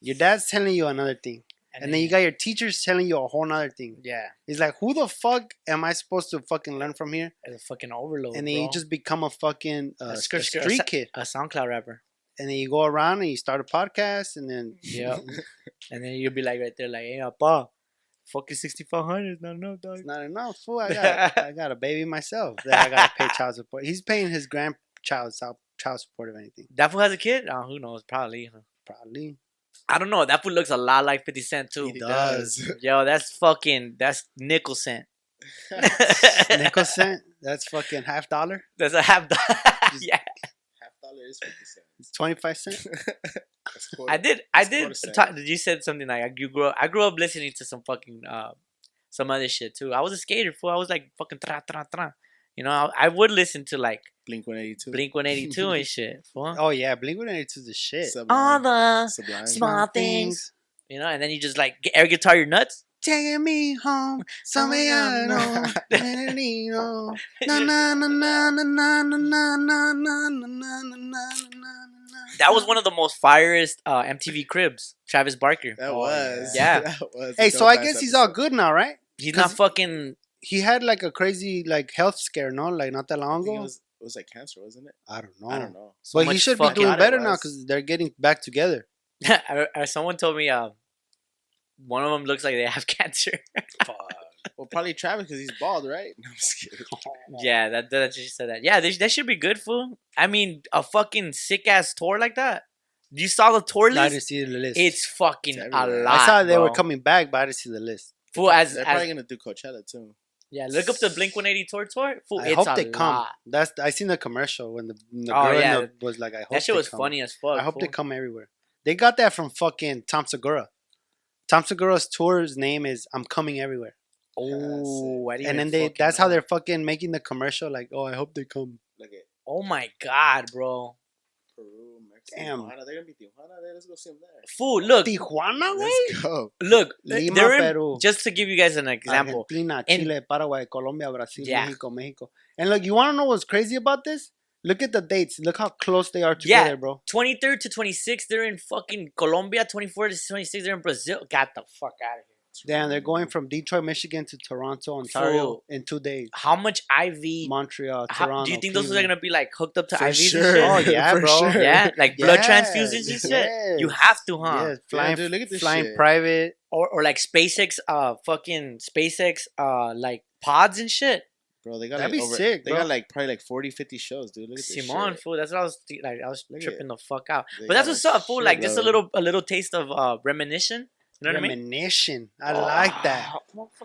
your dad's telling you another thing, and then you got your teachers telling you a whole nother thing. yeah, It's like, who the fuck am I supposed to fucking learn from here? as a fucking overload. And then you Oh, bro. just become a fucking uh, A a skr- skr- street sa- kid. a SoundCloud rapper. And then you go around and you start a podcast, and then Yeah. and then you'll be like right there, like, hey, apa. Fucking sixty five hundred is not enough, dog. It's not enough. Fool, I got, I got a baby myself that I gotta pay child support. He's paying his grandchild sou- child support if anything, That fool has a kid? Oh, who knows? Probably. huh? probably. I don't know. That fool looks a lot like Fifty Cent too. He does. Yo, that's fucking that's nickel cent. Nickel cent. That's fucking half dollar. That's a half dollar. yeah, Half dollar is fifty cents. Twenty five cent. That's cool. I did. I It's did. quarter cent. Talk, you said something like I- you grew. Up, I grew up listening to some fucking uh, some other shit too. I was a skater fool. I was like fucking tra tra tra. You know, I, I would listen to like Blink one eighty two. Blink One Eighty Two and shit. Fool. Oh yeah, Blink One Eighty Two is the shit. All the Sublime. small things. You know, and then you just like get air guitar your nuts. Taking me home, somewhere I know. Na-na-na-na-na, na-na-na-na-na-na-na-na-na-na-na-na-na-na. That was one of the most firest uh, MTV cribs. Travis Barker. That Oh, was. yeah. That was a Hey, so dope I ass guess he's all good now, right? He's not Cause- fucking. He had like a crazy like health scare, no? Like not that episode. I long think It ago. was, it was like cancer, wasn't it? I don't know. I don't know. So But he much should be fucking- doing Thought it better now was. because they're getting back together. I- I- Someone told me um, one of them looks like they have cancer. Well, probably Travis because he's bald, right? No, I'm just kidding. Yeah, that that she said that. Yeah, they, that should be good, fool. I mean, a fucking sick ass tour like that. You saw the tour No, I list? didn't see the list. It's fucking It's a everywhere. lot. I saw they were bro. coming back, but I didn't see the list. Fool, as, They're as- probably gonna do Coachella too. yeah, look up the Blink One Eighty tour tour. Fool, I it's hope a they come. lot. That's I seen the commercial when the, when the Oh, girl in yeah. the- was like, I hope That shit they was come. funny as fuck. I hope they fool. come everywhere. They got that from fucking Tom Segura. Tom Segura's tour's name is "I'm coming everywhere," Oh, I didn't and even then they fucking that's how know. they're fucking making the commercial. Like, oh, I hope they come. Look at Oh my god, bro. Peru, Mexico, Damn. Tijuana. They're gonna be Tijuana. There, let's go see them there. Fool, look, Tijuana, way. Let's go. look. uh, Lima, they're in- Peru. Just to give you guys an example. Argentina, And- Chile, Paraguay, Colombia, Brazil, Yeah. Mexico, Mexico. And look, you want to know what's crazy about this? Look at the dates. Look how close they are Yeah. together, bro. 23rd to 26th, they're in fucking Colombia. 24th to 26th, they're in Brazil. Got the fuck out of here. Damn, they're going from Detroit, Michigan to Toronto, Ontario Fool. in two days. How much IV Montreal, How- Toronto. do you think those are Cleveland. gonna be like hooked up to For IVs? sure. Oh And shit? yeah, For bro. sure. yeah, like blood transfusions and Yes, shit. You yes. have to, huh? Yes, flying, dude, look at this flying shit. private. Or or like SpaceX, uh, fucking SpaceX, uh, like pods and shit. Bro, they got That'd like be over, sick, They bro. got like probably like 40, 50 shows, dude. Look at this Simon, shit. fool. That's what I was th- like. I was Look at- tripping the fuck out. They But that's got what's a up, fool. Like just a shitload. little, a little taste of uh, reminiscence. You know what I mean? Reminiscent. I like that. Oh,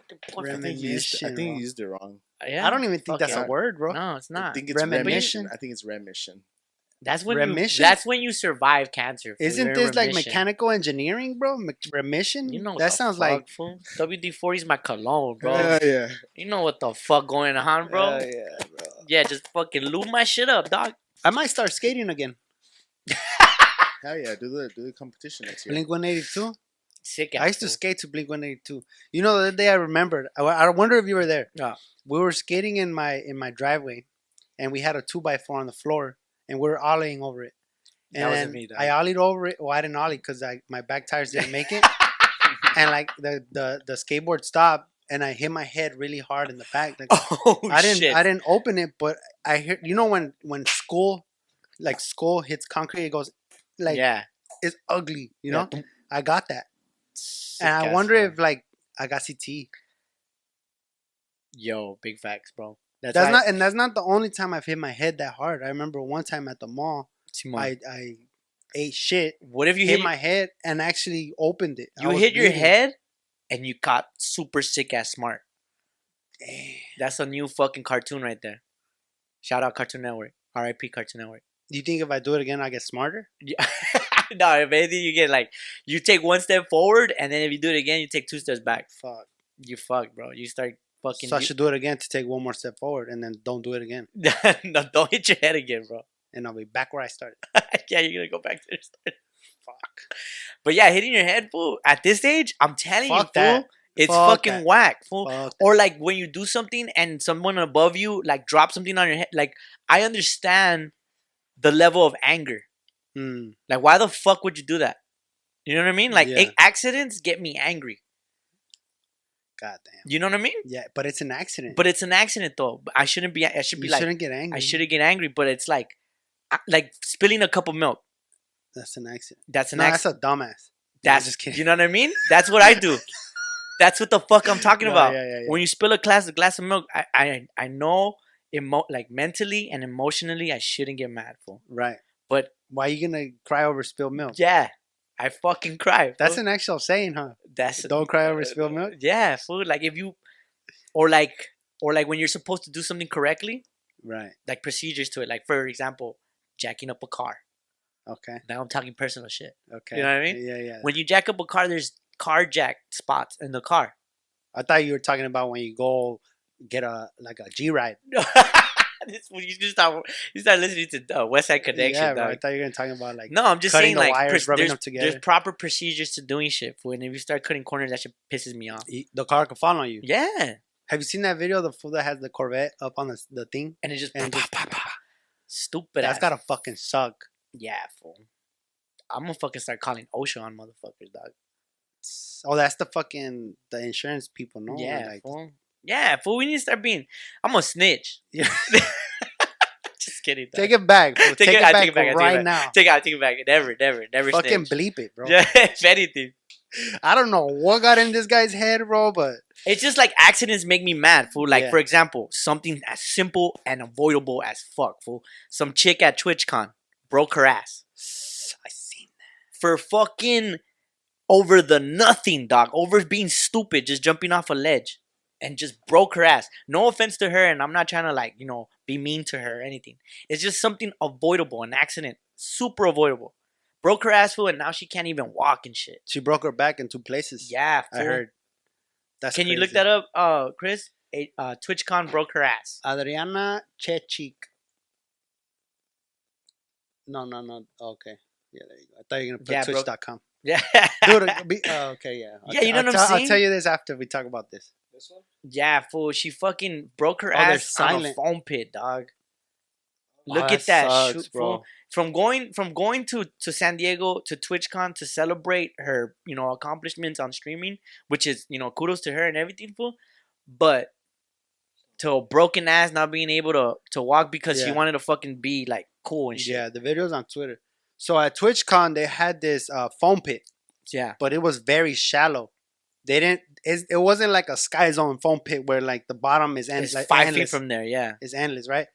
motherfucking point I for think me. you used, I Reminiscent, think bro. you used it wrong. Yeah. I don't even think Fuck that's yeah. a word, bro. No, it's I not. think it's Reminiscent? remission. I think it's remission. Oh, That's when Remission? you. That's when you survive cancer. fool. You're Isn't in this like remission. mechanical engineering, bro? Me- remission. You know what that the sounds fuck, like fool. WD forty is my cologne, bro. Hell yeah, You know what the fuck going on, bro? Hell Oh, yeah. yeah, bro. just fucking lube my shit up, dog. I might start skating again. Hell yeah, do the do the competition next year. Blink 182. Sick. I used to asshole. skate to Blink 182. You know, the other day I remembered. I, I wonder if you were there. Yeah. We were skating in my in my driveway, and we had a two by four on the floor, and we were ollieing over it. And That wasn't then me, dog. I ollied over it. Well, I didn't ollie because I my back tires didn't make it, and like the the the skateboard stopped, and I hit my head really hard in the back. Like Oh I didn't shit! I didn't open it, but I hear you know when when school, like skull hits concrete, it goes like yeah, it's ugly. You Yeah. know, I got that, Sick and I ass, wonder bro. if like I got CT. yo, big facts, bro. That's, That's why- not, and that's not the only time I've hit my head that hard. I remember one time at the mall, Simon. I, I ate shit, what if you hit, hit my head, and actually opened it. I You was hit your bleeding. head, and you got super sick ass smart. Damn. That's a new fucking cartoon right there. Shout out Cartoon Network. R.I.P. Cartoon Network. Do you think if I do it again, I get smarter? Yeah. no, if anything, you get like you take one step forward, and then if you do it again, you take two steps back. Fuck. You fuck, bro. You start fucking. So I you- should do it again to take one more step forward, and then don't do it again, no, don't hit your head again, bro. and I'll be back where I started. yeah, you're gonna go back to your start. Fuck. But yeah, hitting your head, fool. At this age, I'm telling you, Fuck fool, that. it's Fuck fucking that. whack, fool. Fuck. Or like when you do something and someone above you like drop something on your head. Like I understand the level of anger. Mm. Like why the fuck would you do that? You know what I mean? Like Yeah. ac- accidents get me angry. God damn. You know what I mean? Yeah, but it's an accident. But it's an accident though. I shouldn't be. I should be you like. shouldn't get angry. I shouldn't get angry. But it's like, I- like spilling a cup of milk. That's an accident. That's an no, accident. that's a dumbass. just That's just kidding. You know what I mean? That's what I do. That's what the fuck I'm talking No, about. yeah, yeah, yeah. When you spill a glass, a glass of milk, I, I, I know, emo- like mentally and emotionally, I shouldn't get mad, fool. Right. But- why are you gonna cry over spilled milk? Yeah, I fucking cry. That's fool. an actual saying, huh? that's Don't cry over spilled milk. Yeah, fool. Like if you, or like, or like when you're supposed to do something correctly, Right. like procedures to it. Like for example, jacking up a car. Okay. Now I'm talking personal shit. Okay. You know what I mean? Yeah, yeah. When you jack up a car, there's carjack spots in the car. I thought you were talking about when you go get a like a G ride. this, when you just start, you start listening to uh, West Side Connection. Yeah, bro, I dog. thought you were gonna talk about like No, I'm just cutting saying the like wires, pres- rubbing there's, them together. there's proper procedures to doing shit. fool, And if you start cutting corners, that shit pisses me off. y- the car could fall on you. Yeah, Have you seen that video of the fool that has the Corvette up on the, the thing? and it just, And pa, just- pa, pa, pa. stupid. That's ass. gotta fucking suck. yeah, fool. I'm gonna fucking start calling OSHA on motherfuckers, dog. Oh, that's the fucking the insurance people, no? yeah, Like, fool. Yeah, fool. We need to start being. I'm gonna snitch. Yeah. just kidding. Dog. take it back. fool. Take take, it- it, I back take it back, I take it right back. now. Take out, take it back. Never, never, never Fucking snitch. bleep it, bro. Yeah, if anything. I don't know what got in this guy's head, bro, but It's just like accidents make me mad, fool. Like Yeah. for example, something as simple and avoidable as fuck, fool. Some chick at TwitchCon broke her ass I seen for fucking over the nothing, dog. Over being stupid, just jumping off a ledge and just broke her ass. No offense to her, and I'm not trying to like you know be mean to her or anything. It's just something avoidable, an accident, super avoidable. Broke her ass, fool, and now she can't even walk and shit. she broke her back in two places. Yeah, I fool. heard. That's Can you look crazy. that up, uh, Chris? It, uh, TwitchCon broke her ass. Adriana Chechik. No, no, no. Okay. Yeah, there you go. I thought you were Yeah, going to bro. put Twitch.com. Yeah, Dude, be, uh, okay, yeah. Yeah, you know I'll what I'm tell- saying? I'll tell you this after we talk about this. This one? yeah, fool. She fucking broke her Oh, they're ass on a silent. foam pit, dog. Oh, Look that at that, sucks, shoot, fool. From going from going to to San Diego to TwitchCon to celebrate her, you know, accomplishments on streaming, which is you know kudos to her and everything, fool. But to a broken ass not being able to to walk because she Yeah. wanted to fucking be like cool and shit. Yeah, Yeah, the video's on Twitter. So at TwitchCon, they had this uh, foam pit, yeah, but it was very shallow. They didn't. It, it wasn't like a sky zone foam pit where like the bottom is end, it's like, five feet endless. from there. Yeah, is endless, right?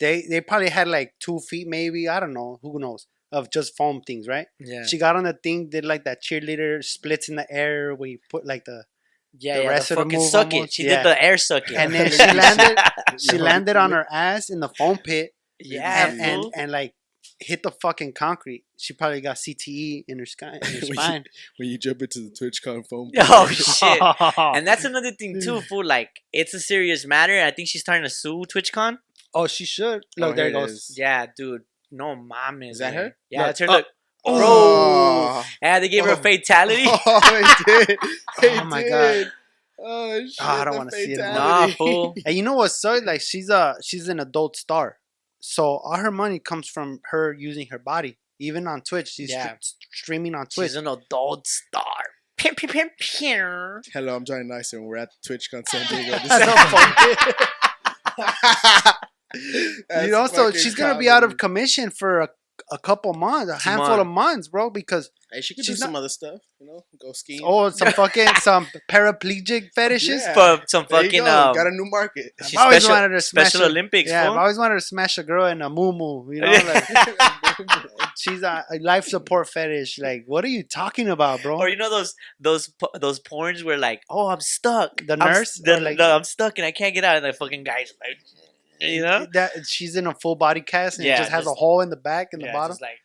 They they probably had like two feet, maybe I don't know, who knows, of just foam things, right? yeah, She got on the thing, did like that cheerleader splits in the air where you put like the. yeah. the yeah, rest the of the fucking move suck it. almost, She yeah. did the air suck it, And then she landed. She Yeah. landed on her ass in the foam pit Yeah, and, fool. and and like hit the fucking concrete. She probably got CTE in her, sky, in her We- spine. When you jump into the TwitchCon phone. Oh shit! And and that's another thing too, fool. Like it's a serious matter. and I think she's starting to sue TwitchCon. oh, she should. Look, Oh, there here it goes. is. Yeah, dude. No mames. Is that güey. her? Yeah, Look, that's her. oh. Look. Oh. Oh. Yeah, they gave her a Oh. fatality. Oh, it did. Oh my god. Oh, shit, I don't the wanna see it anymore. Nah, fatality. fool. And you know what sucks? Like she's a she's an adult star, so all her money comes from her using her body. Even on Twitch, she's str- Yeah. streaming on Twitch. She's an adult star. Pim, pim, pim, pim. Hello, I'm Johnny Nice, and we're at TwitchCon San Diego. This That's is- so funny. That's you know, so fucking she's gonna be out of comedy. commission for a, a couple months, a Two handful of months, bro. Because Hey, she could She's do some other stuff, you know, go skiing. oh, some fucking some paraplegic fetishes. Yeah. For some There you fucking go, um, got a new market. she's I've always special, wanted to smash. special a- Olympics. yeah, fool. I've always wanted to smash a girl in a muumuu. You know, like she's a a life support fetish. Like, what are you talking about, bro? Or you know those those po- those porns where like, oh, I'm stuck. The I'm s- nurse the- or, like- the- I'm stuck and I can't get out. And the fucking guy's like, you know, that she's in a full body cast and Yeah, it just has a just- hole in the back and the Yeah, bottom. just, like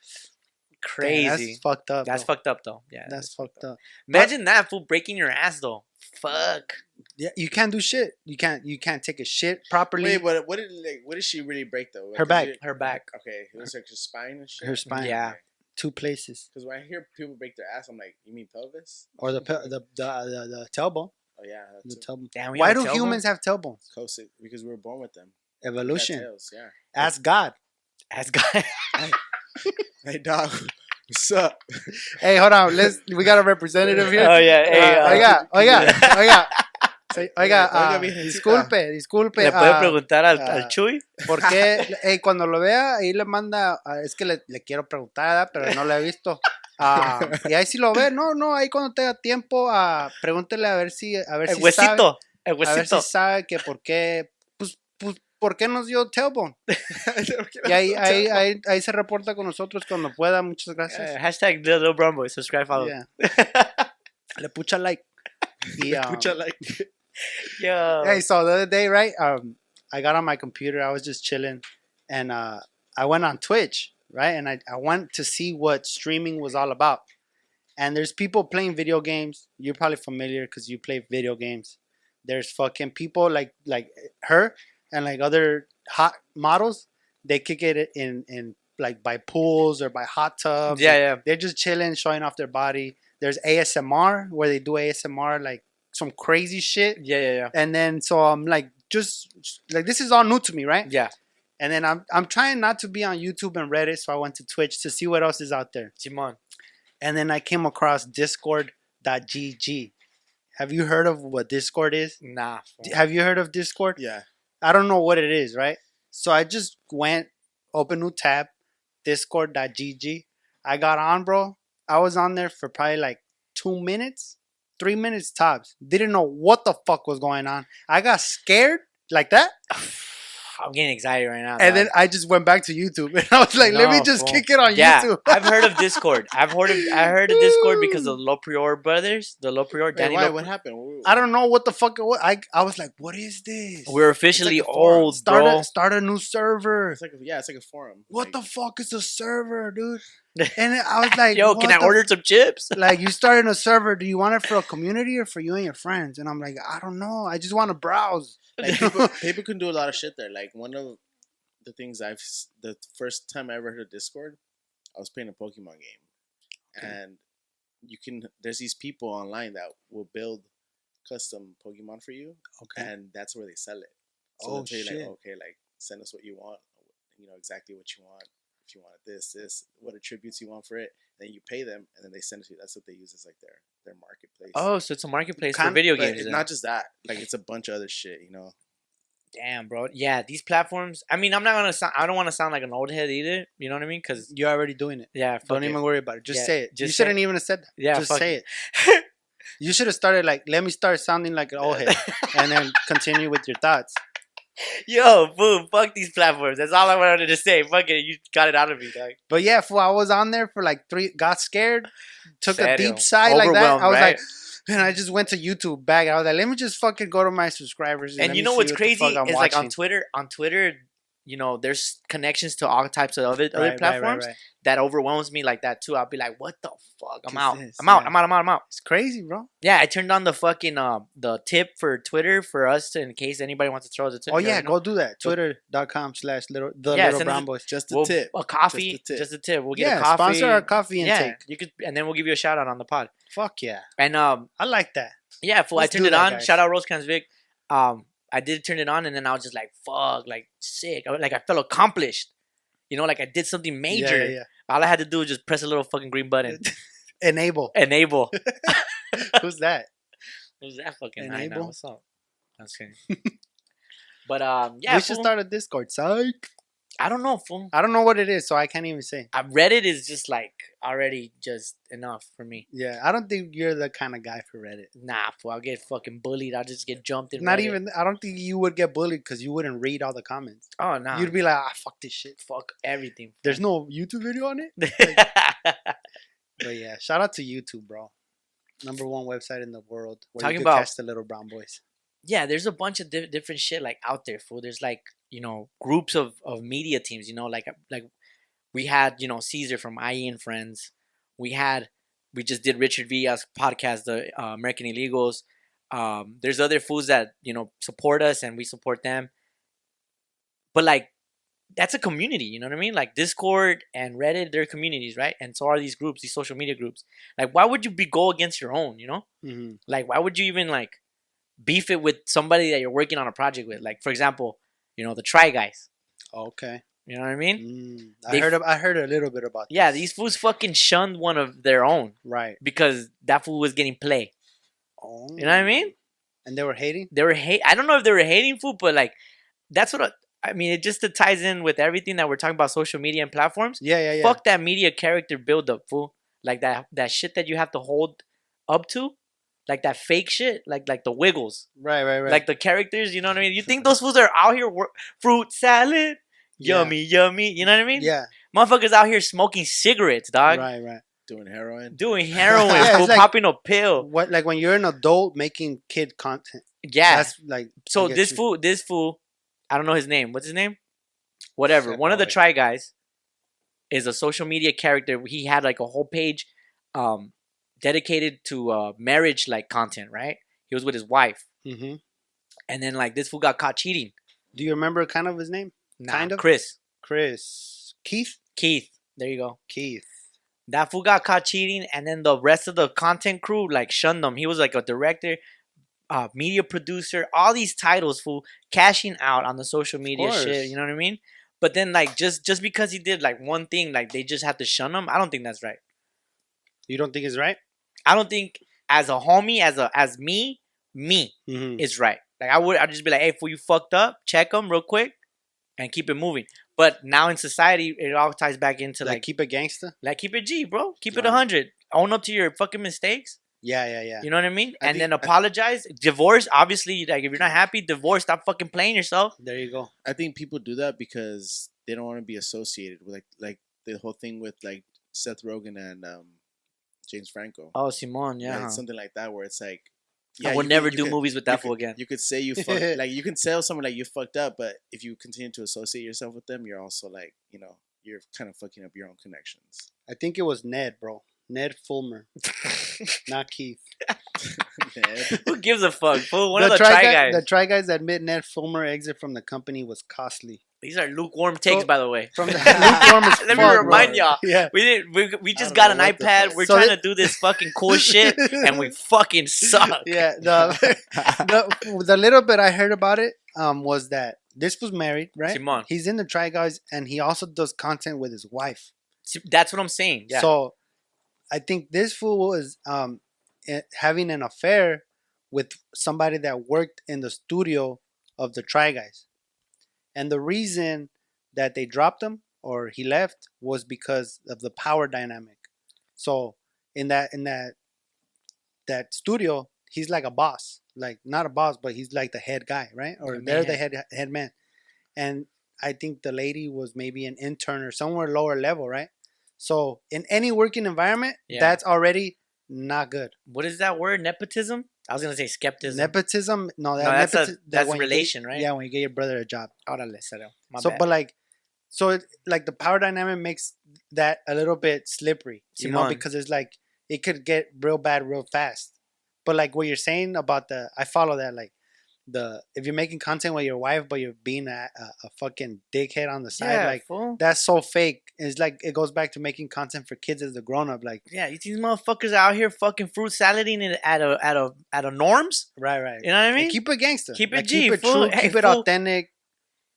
Damn, crazy. that's fucked up. that's bro. fucked up though. Yeah, That's fucked up. imagine that fool breaking your ass though. Fuck. Yeah, you can't do shit. You can't. You can't take a shit properly. Wait, but what did like, what did she really break though? Like, Her did back. it- Her back. Okay, it was like her spine and shit. Her spine. Yeah. Two places Because when I hear people break their ass, I'm like, you mean pelvis? or the pe- the the the, the tailbone. Oh yeah, The that's it. tailbone. Damn, we Why have a do tailbone? humans have tailbones? Cosic, because we were born with them. We got Evolution. tails, yeah. Ask God. Ass guy. Hey dog, what's up? Hey, hold on. Let's. We got a representative here. Oh yeah. Hey, Uh, uh, oiga, oiga, oiga. Say, oiga, Oiga, ah, mi hijita. disculpe, disculpe. ¿Le puede ah, preguntar al, al ah. Chuy? Porque cuando lo vea, ahí le manda. ah, es que le, le quiero preguntar, ¿verdad? pero no lo he visto. Ah, y ahí sí lo ve, no, no, ahí cuando tenga tiempo, ah, pregúntele a ver si, a ver El si sabe, Eh, huesito. El a ver huesito. si sabe que por qué, pues, pues, por qué nos dio tailbone. Y ahí, ahí, ahí, ahí se reporta con nosotros cuando pueda. Muchas Uh, gracias. hashtag the little brown boy. Subscribe, follow. Yeah. Le pucha like. Y, um, Escucha, like, Yo. Hey, so the other day, right? Um, I got on my computer. I was just chilling, and uh, I went on Twitch, right? And I, I went to see what streaming was all about. And there's people playing video games. You're probably familiar because you play video games. There's fucking people like like her and like other hot models. They kick it in in like by pools or by hot tubs. yeah, yeah. They're just chilling, showing off their body. There's ASMR where they do ASMR like some crazy shit. Yeah, yeah, yeah. And then so I'm like just like this is all new to me, right? Yeah. And then I'm I'm trying not to be on YouTube and Reddit, so I went to Twitch to see what else is out there. Simon. And then I came across discord.gg. Have you heard of what Discord is? Nah. D- Have you heard of Discord? yeah. I don't know what it is, right? So I just went, open new tab, discord.gg. I got on, bro. I was on there for probably like two minutes, three minutes tops. Didn't know what the fuck was going on. I got scared like that. I'm getting excited right now. And then dog. I just went back to YouTube and I was like, let me No, just fool. kick it on yeah, YouTube. I've heard of Discord. I've heard of I heard of Discord because of the Loprior brothers, the Loprior, Wait, Danny. why? Lo- What happened? I don't know what the fuck it was. I, I was like, what is this? We're officially It's like the forum. old, start bro. a, start a new server. It's like a, yeah, it's like a forum. What the like, fuck is a server, dude? And I was like, Yo, can what I the order some chips? like you starting a server do you want it for a community or for you and your friends and i'm like i don't know i just want to browse like, people, people can do a lot of shit there. Like one of the things I've s- the first time I ever heard of Discord, I was playing a Pokemon game, Okay. and you can there's these people online that will build custom Pokemon for you, and that's where they sell it. So Oh, they'll tell you shit. like, okay, like send us what you want, you know exactly what you want. If you want this, this, what attributes you want for it, then you pay them, and then they send it to you. That's what they use as like their their marketplace. Oh, so it's a marketplace for Can't- video But games. it's then. not just that. Like it's a bunch of other shit, you know. Damn, bro. Yeah, these platforms. I mean, I'm not gonna sound. I don't want to sound like an old head either. You know what I mean? Because you're already doing it yeah, fuck don't it. even worry about it just Yeah, say it you just say shouldn't even have said that yeah, just fuck say it. it you should have started like let me start sounding like an old head and then continue with your thoughts Yo, boom, fuck these platforms. That's all I wanted to say. Fuck it, you got it out of me, dog. but yeah fool, i was on there for like three got scared took a Serio. deep sigh like that Overwhelmed, i was right? like and I just went to YouTube back. I was like, let me just fucking go to my subscribers. and let you me know see what's what the crazy fuck is I'm like on watching." Twitter. On Twitter, you know, there's connections to all types of other, Right, other right, right, platforms right. that overwhelms me like that too. I'll be like, what the fuck? I'm Is out. this? I'm out. Yeah. I'm out. I'm out. I'm out. It's crazy, bro. Yeah, I turned on the fucking uh, the tip for Twitter for us to, in case anybody wants to throw us a tip. Oh you yeah, already know. go do that. Twitter.com slash little the Yeah, little send us brown a- boys. Just a We'll- tip. a coffee, just a tip. tip. We'll get yeah, a coffee. sponsor our coffee yeah, intake. you could, and then we'll give you a shout out on the pod. Fuck yeah, And um, I like that. yeah, fool, I Let's turned do it that, on. guys. Shout out Rosecrans Vic. Um, I did turn it on, and then I was just like, fuck, like sick. I, was- like I felt accomplished. You know, like I did something Yeah, major. yeah, yeah. All I had to do was just press a little fucking green button. Enable. Enable. Who's that? Who's that fucking I know, Enable. What's up? I'm just kidding. but um, yeah, we should fool. start a Discord. Psych. I don't know, fool. I don't know what it is, so I can't even say. I, Reddit is just like already just enough for me. Yeah, I don't think you're the kind of guy for Reddit. Nah, fool. I'll get fucking bullied. I'll just get jumped in. Not Reddit. even. I don't think you would get bullied because you wouldn't read all the comments. Oh no. You'd be like, ah, fuck this shit. fuck everything. There's no YouTube video on it. But yeah, shout out to YouTube, bro. Number one website in the world where Talking you can about- catch the little brown boys. yeah, there's a bunch of di- different shit like out there, fool. There's like you know groups of of media teams. You know, like like we had you know Caesar from IE and Friends. We had we just did Richard Villa's podcast, the uh, American Illegals. Um, there's other fools that you know support us and we support them. But like that's a community, you know what I mean? Like Discord and Reddit, they're communities, right? And so are these groups, these social media groups. Like, why would you be go against your own? You know. hmm Like, why would you even like beef it with somebody that you're working on a project with? Like, for example, you know the Try Guys. Okay. You know what I mean? Mm. I They- heard. Of, I heard a little bit about. Yeah, this. these fools fucking shunned one of their own Right. because that fool was getting play. Oh. You know what I mean? And they were hating. They were hate. I don't know if they were hating fool, but like that's what I, I mean. It just ties in with everything that we're talking about, social media and platforms. Yeah, yeah, yeah. Fuck that media character buildup, fool. like that that shit that you have to hold up to, like that fake shit, like like the Wiggles, Right, right, right. like the characters. You know what I mean? You think those fools are out here wor- fruit salad, Yeah. yummy, yummy. You know what I mean? yeah, Motherfuckers out here smoking cigarettes, dog. right, right. doing heroin. Doing heroin, Yeah, fool, it's like- popping a pill. What like when you're an adult making kid content? Yeah. that's like so I get this you. fool, this fool, I don't know his name. What's his name? Whatever. Shit, One of the boy. try guys is a social media character. He had like a whole page um, dedicated to uh, marriage like content, right? He was with his wife, Mhm. and then like this fool got caught cheating. Do you remember kind of his name? Nah, Kind of. Chris Chris Keith. Keith. There you go. Keith. That fool got caught cheating, and then the rest of the content crew like shunned him. He was like a director, uh, media producer, all these titles, fool, cashing out on the social media shit. course. You know what I mean? But then like just just because he did like one thing, like they just had to shun him. I don't think that's right. You don't think it's right? I don't think as a homie, as a as me, me Mm-hmm. is right. Like I would, I'd just be like, hey, fool, you fucked up. Check him real quick, and keep it moving. But now in society, it all ties back into like, like keep a gangster? like keep it G, bro. Keep it Yeah. a hundred. Own up to your fucking mistakes. Yeah, yeah, yeah. You know what I mean? I and think- then I- apologize. divorce, obviously. Like if you're not happy, divorce. Stop fucking playing yourself. There you go. I think people do that because they don't want to be associated with like like the whole thing with like Seth Rogen and um, James Franco. Oh, Simon, Like, yeah. something like that where it's like I you will could- never you do could- movies with you that could- fool again. You could say you fuck, like you can tell someone like you fucked up, but if you continue to associate yourself with them, you're also like you know you're kind of fucking up your own connections. I think it was Ned, bro. Ned Fulmer, not Keith. Yeah. Who gives a fuck? Fool? One of the try guy- guys. The try guys that made Ned Fulmer exit from the company was costly. These are lukewarm takes, So- by the way. From the lukewarm as Let me fuck, bro. remind y'all. Yeah. We didn't. We, we just don't got an know what the iPad. fuck. We're So trying it- to do this fucking cool shit, and we fucking suck. Yeah, the, the the little bit I heard about it um was that this was married, right? Simon. He's in the try guys, and he also does content with his wife. See, That's what I'm saying. Yeah. So, I think this fool was um eh, having an affair with somebody that worked in the studio of the Try Guys, and the reason that they dropped him or he left was because of the power dynamic. So in that in that that studio, he's like a boss, like not a boss, but he's like the head guy, right? Or The they're the man. head head man, and I think the lady was maybe an intern or somewhere lower level, right? So in any working environment, Yeah. that's already not good. what is that word? Nepotism? I was gonna say skepticism. Nepotism, no, that, No, that's a- nepoti- uh, that that's when you get- relation, right? Yeah, when you get your brother a job. Órale, cero. My so, bad. but like, so it, like the power dynamic makes that a little bit slippery, you know, Simón. because it's like it could get real bad real fast. But like what you're saying about the, I follow that. Like the if you're making content with your wife, but you're being a, a, a fucking dickhead on the side, yeah, like fool. that's so fake. It's like it goes back to making content for kids as a grown up. Like Yeah, you these motherfuckers out here fucking fruit salading it at a at a at a norms. right, right. You know what I Like, mean? keep it gangster. Keep it Like, G, Keep it fool. true. Hey, keep it fool. authentic.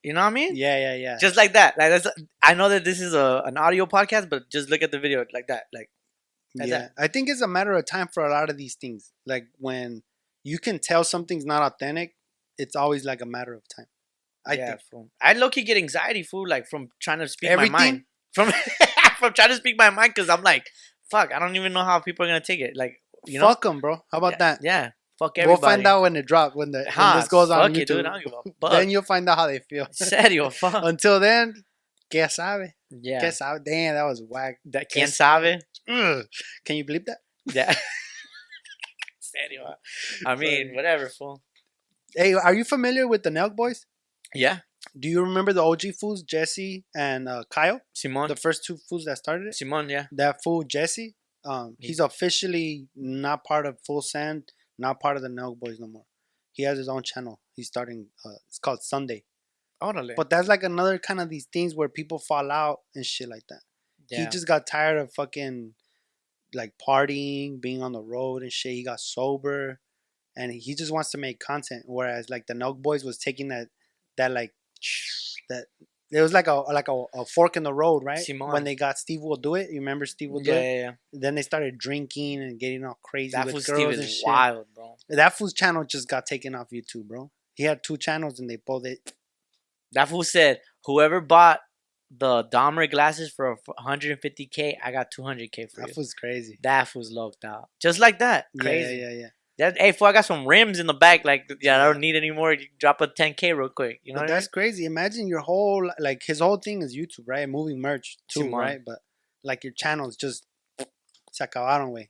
you know what I mean? Yeah, yeah, yeah. Just like that. Like that's. I know that this is a an audio podcast, but just look at the video like that. Like That's yeah. I think it's a matter of time for a lot of these things. Like when you can tell something's not authentic, it's always like a matter of time. I yeah, think fool. I low key get anxiety, fool. Like from trying to speak everything. my mind. From from trying to speak my mind because I'm like, fuck. I don't even know how people are gonna take it. Like you know. fuck them, bro. How about yeah, that? Yeah. Fuck We'll everybody. find out when it drops. When the Huh, when this goes on fuck it, dude. I YouTube, don't give a then fuck. you'll find out how they feel. Serio, fuck. Until then, que sabe? Yeah. Que sabe? Damn, that was whack. that, que quien sabe? Ugh. Can you believe that? Yeah. Serio. I mean, Sorry. whatever, fool. Hey, are you familiar with the Nelk Boys? Yeah. Do you remember the OG fools, Jesse and uh, Kyle? Simon. The first two fools that started it? Simon, yeah. that fool Jesse, um, he's officially not part of Full Send, not part of the Nelk Boys no more. He has his own channel. He's starting. Uh, it's called Sunday. Órale. But that's like another kind of these things where people fall out and shit like that. yeah. He just got tired of fucking like partying, being on the road and shit. He got sober, and he just wants to make content. Whereas like the Nelk Boys was taking that that like that. It was like a like a, a fork in the road, right? When Simón. they got Steve will do it. You remember Steve will do yeah, it? yeah, yeah. then they started drinking and getting all crazy That fool with Steve girls and is shit. wild, bro. That fool's channel just got taken off YouTube, bro. He had two channels and they both it. That fool said, whoever bought the Dahmer glasses for 150k. I got 200k for That you. was crazy. That was locked out. Just like that. Yeah, Crazy. Yeah, yeah, yeah. That hey, fool, I got some rims in the back. Like, yeah, I don't need any more. You drop a 10k real quick. You know But what I mean? that's crazy. Imagine your whole like his whole thing is YouTube, right? Moving merch too, Simón. right? But like your channels just se acabaron way.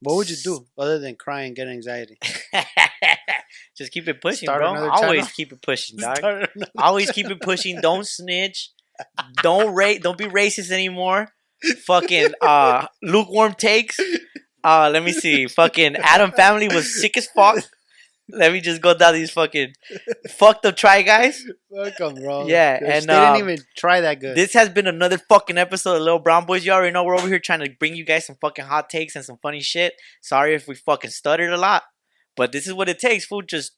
What would you do other than cry and get anxiety? Just keep it pushing, Start bro. another Always channel. keep it pushing, dog. Start another- Always keep it pushing. Don't snitch. Don't rate. Don't be racist anymore. Fucking uh, lukewarm takes. Uh, let me see. Fucking Adam family was sick as fuck. Let me just go down these fucking fuck the try guys. Fuck 'em, bro. Yeah, They- and, they um, didn't even try that good. This has been another fucking episode of Little Brown Boys. You already know we're over here trying to bring you guys some fucking hot takes and some funny shit. Sorry if we fucking stuttered a lot, but this is what it takes, fool. Just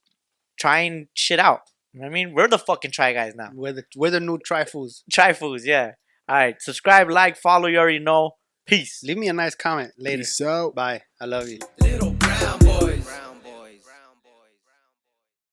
trying shit out. You know what I mean, we're the fucking try guys now. we're the we're the new try fools. Try foods, yeah. All right, subscribe, like, follow. You already know. Peace. Leave me a nice comment later. Peace out. Bye. I love you. Little brown boys.